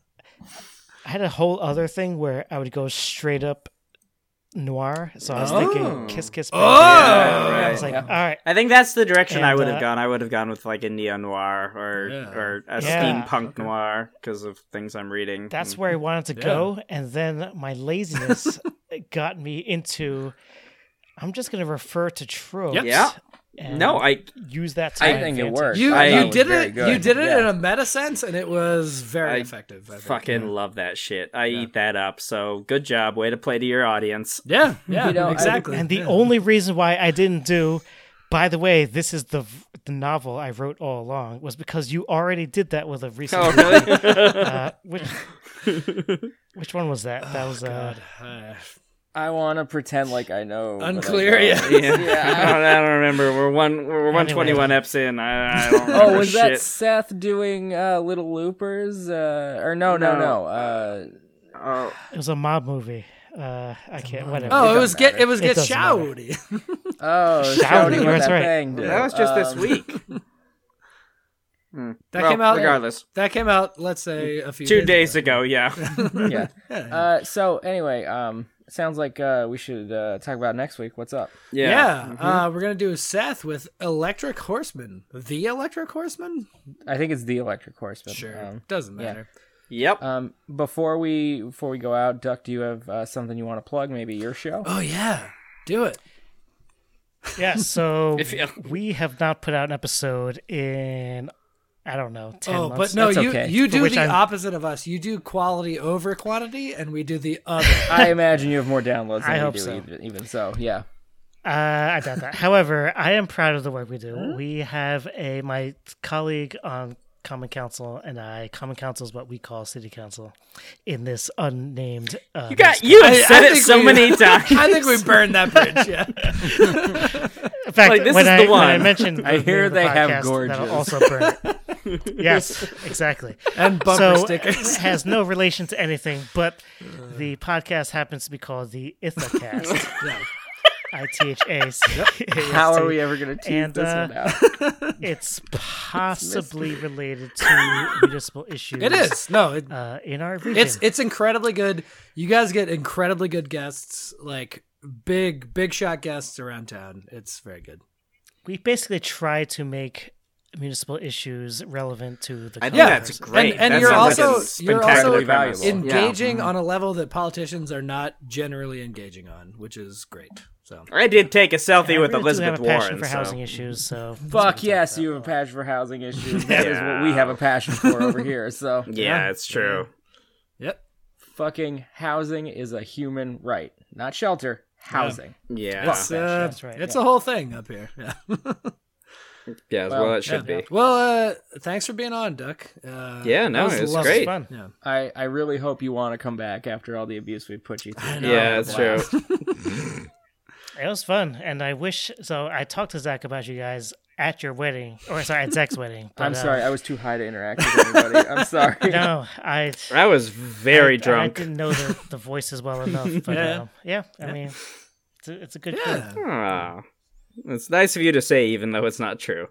Speaker 6: I had a whole other thing where I would go straight up noir. So I was
Speaker 1: Oh.
Speaker 6: thinking Kiss Kiss. Bang,
Speaker 3: Oh!
Speaker 6: Bang.
Speaker 1: Yeah,
Speaker 6: I was
Speaker 1: right,
Speaker 6: like, all right,
Speaker 1: I think that's the direction I
Speaker 6: And,
Speaker 1: would have
Speaker 6: uh,
Speaker 1: gone. I would have gone with like a neo noir or
Speaker 3: Yeah.
Speaker 1: or a
Speaker 6: Yeah.
Speaker 1: steampunk noir because of things I'm reading.
Speaker 3: Mm-hmm.
Speaker 6: that's where I wanted to go, and then my
Speaker 3: <laughs>
Speaker 6: laziness got me into. I'm just going to refer to tropes.
Speaker 1: Yeah.
Speaker 6: and
Speaker 1: No, I
Speaker 6: use that. To
Speaker 2: I
Speaker 6: my
Speaker 2: think it
Speaker 6: advantage.
Speaker 2: worked.
Speaker 3: You,
Speaker 2: I thought
Speaker 3: you
Speaker 2: was
Speaker 3: did
Speaker 2: very
Speaker 3: it.
Speaker 2: good.
Speaker 3: You did it
Speaker 2: Yeah.
Speaker 3: in a meta sense, and it was very
Speaker 1: I
Speaker 3: effective. I think.
Speaker 1: fucking love that shit. I eat that up. So good job, way to play to your audience.
Speaker 3: yeah, yeah,
Speaker 2: You know, I-
Speaker 3: exactly.
Speaker 6: And the
Speaker 3: yeah.
Speaker 6: only reason why I didn't do, by the way, this is the v- the novel I wrote all along, was because you already did that with a recent.
Speaker 2: Oh, really? <laughs>
Speaker 6: uh, which which one was that?
Speaker 3: Oh,
Speaker 6: That was uh,
Speaker 3: Uh,
Speaker 2: I want to pretend like I know. but I
Speaker 3: unclear.
Speaker 2: don't.
Speaker 3: Yeah.
Speaker 1: <laughs> Yeah, I, don't, <laughs> I don't remember. We're one. We're one twenty-one eps in. I, I don't remember
Speaker 2: Oh, was
Speaker 1: shit.
Speaker 2: that Seth doing uh, Little Loopers? Uh, or no, no,
Speaker 1: No.
Speaker 2: no. Uh,
Speaker 1: Oh,
Speaker 6: it was a mob movie. Uh, I can't. Whatever.
Speaker 3: Oh, it,
Speaker 2: doesn't
Speaker 3: was get
Speaker 2: matter.
Speaker 3: it was get
Speaker 6: doesn't matter.
Speaker 3: shouty. <laughs>
Speaker 6: <laughs>
Speaker 2: oh, shouting
Speaker 6: that's
Speaker 2: with that
Speaker 6: right.
Speaker 2: bang. dude.
Speaker 1: that was just this
Speaker 2: Um,
Speaker 1: week. Hmm.
Speaker 3: That
Speaker 1: Well,
Speaker 3: came out.
Speaker 1: regardless.
Speaker 3: That came out. Let's say a few
Speaker 1: Two
Speaker 3: days
Speaker 1: days ago, yeah. <laughs>
Speaker 2: Yeah. Uh, so anyway, um, sounds like uh, we should uh, talk about next week. What's up?
Speaker 1: Yeah.
Speaker 3: Yeah,
Speaker 2: Mm-hmm.
Speaker 3: uh, we're gonna do Seth with Electric Horseman. The Electric Horseman.
Speaker 2: I think it's the Electric Horseman.
Speaker 3: Sure,
Speaker 2: Um,
Speaker 3: doesn't matter.
Speaker 1: Yep.
Speaker 2: um, before we before we go out, Duck, do you have uh, something you want to plug? Maybe your show.
Speaker 6: <laughs>
Speaker 3: Oh yeah, do it.
Speaker 1: <laughs>
Speaker 6: Yeah, so
Speaker 1: you-
Speaker 6: we have not put out an episode in I don't know ten
Speaker 3: Oh,
Speaker 6: months.
Speaker 3: but no,
Speaker 2: That's
Speaker 3: you
Speaker 2: okay.
Speaker 3: you
Speaker 6: For
Speaker 3: do
Speaker 6: which
Speaker 3: the
Speaker 6: I'm-
Speaker 3: opposite of us. You do quality over quantity, and we do the other.
Speaker 2: I imagine you have more downloads than
Speaker 6: I
Speaker 2: we
Speaker 6: hope
Speaker 2: do.
Speaker 6: so.
Speaker 2: Even, even so, yeah.
Speaker 6: Uh, I doubt that. However, I am proud of the work we do. We have a my colleague on Common Council and I. Common Council is what we call City Council in this unnamed. Uh,
Speaker 1: You got you have
Speaker 3: I- I
Speaker 1: said it
Speaker 3: think
Speaker 1: so
Speaker 3: we-
Speaker 1: many times.
Speaker 3: <laughs> I think we burned that bridge. Yeah.
Speaker 6: In fact,
Speaker 1: Like, this
Speaker 6: when
Speaker 1: is
Speaker 6: I,
Speaker 1: the
Speaker 6: When I
Speaker 1: one.
Speaker 6: mentioned,
Speaker 2: I
Speaker 6: the
Speaker 2: hear
Speaker 6: name of the
Speaker 2: they have
Speaker 6: podcast,
Speaker 2: gorgeous.
Speaker 6: That'll also burn. it.
Speaker 2: <laughs>
Speaker 6: yes, exactly.
Speaker 3: And bumper
Speaker 6: so
Speaker 3: stickers.
Speaker 6: it <laughs> has no relation to anything, but the podcast happens to be called the Ithacast.
Speaker 3: Yeah.
Speaker 6: I T H A C.
Speaker 2: How are we ever going to tease
Speaker 6: And,
Speaker 2: this
Speaker 6: uh,
Speaker 2: one out?
Speaker 6: It's possibly related to municipal
Speaker 3: <laughs>
Speaker 6: issues.
Speaker 3: It is no. It,
Speaker 6: uh, in our region.
Speaker 3: it's it's incredibly good. You guys get incredibly good guests, like big big shot guests around town. It's very good.
Speaker 6: we basically try to make municipal issues relevant to the.
Speaker 1: I think
Speaker 3: Yeah.
Speaker 1: that's great.
Speaker 3: And- and
Speaker 1: That
Speaker 3: you're
Speaker 1: sounds like a
Speaker 3: also- you're also
Speaker 1: spectacularly valuable.
Speaker 2: in-
Speaker 3: Engaging on a level that politicians are not generally engaging on, which is great. So
Speaker 1: I did take a selfie
Speaker 6: I
Speaker 1: with
Speaker 6: really do
Speaker 1: Elizabeth
Speaker 6: have a passion
Speaker 1: Warren.
Speaker 6: for housing
Speaker 1: so.
Speaker 6: issues, so
Speaker 2: Fuck yes, you have a passion for housing issues.
Speaker 6: <laughs>
Speaker 2: That is what we have a passion for over here. So
Speaker 1: Yeah, it's true.
Speaker 3: yep.
Speaker 2: fucking housing is a human right, not shelter. Housing.
Speaker 1: Yeah,
Speaker 3: It's, uh,
Speaker 6: That's right,
Speaker 3: It's a whole thing up here. Yeah. <laughs>
Speaker 1: yeah. Well, it should be.
Speaker 3: Well, uh, thanks for being on, Duck. Uh,
Speaker 1: Yeah, no,
Speaker 3: that
Speaker 1: it was
Speaker 3: lovely.
Speaker 1: great.
Speaker 6: fun.
Speaker 3: Yeah.
Speaker 2: I, I really hope you want to come back after all the abuse we put you through.
Speaker 1: Yeah, it's true.
Speaker 6: It was fun, and I wish. So I talked to Zach about you guys at your wedding, or sorry, at Zach's wedding.
Speaker 2: <laughs>
Speaker 6: but,
Speaker 2: I'm
Speaker 6: uh,
Speaker 2: sorry, I was too high to interact with anybody. I'm sorry.
Speaker 6: <laughs> No, I.
Speaker 1: I was very
Speaker 6: I- I
Speaker 1: drunk.
Speaker 6: didn't know the, the voices well enough, but yeah,
Speaker 3: Yeah.
Speaker 6: um, yeah I mean, it's a, it's a good.
Speaker 3: Yeah.
Speaker 1: Aw. Ah, It's nice of you to say, even though it's not true.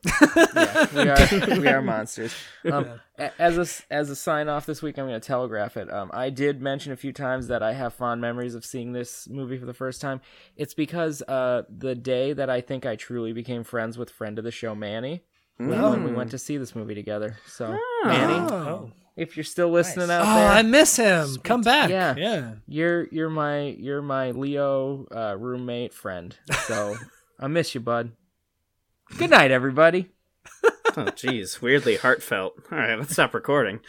Speaker 2: we are <laughs> we are monsters. Um, a- as a s- as a sign off this week, I'm going to telegraph it. Um, I did mention a few times that I have fond memories of seeing this movie for the first time. It's because uh, the day that I think I truly became friends with friend of the show Manny was when we went to see this movie together. So Manny,
Speaker 3: Oh,
Speaker 2: if you're still listening
Speaker 6: Nice.
Speaker 2: out
Speaker 3: Oh,
Speaker 2: there,
Speaker 3: I miss him. Come back.
Speaker 2: Yeah.
Speaker 3: Yeah.
Speaker 2: you're you're my you're my Leo uh, roommate friend. So I miss you, bud. Good night, everybody.
Speaker 1: Oh, <laughs> jeez, weirdly heartfelt. All right, let's stop recording.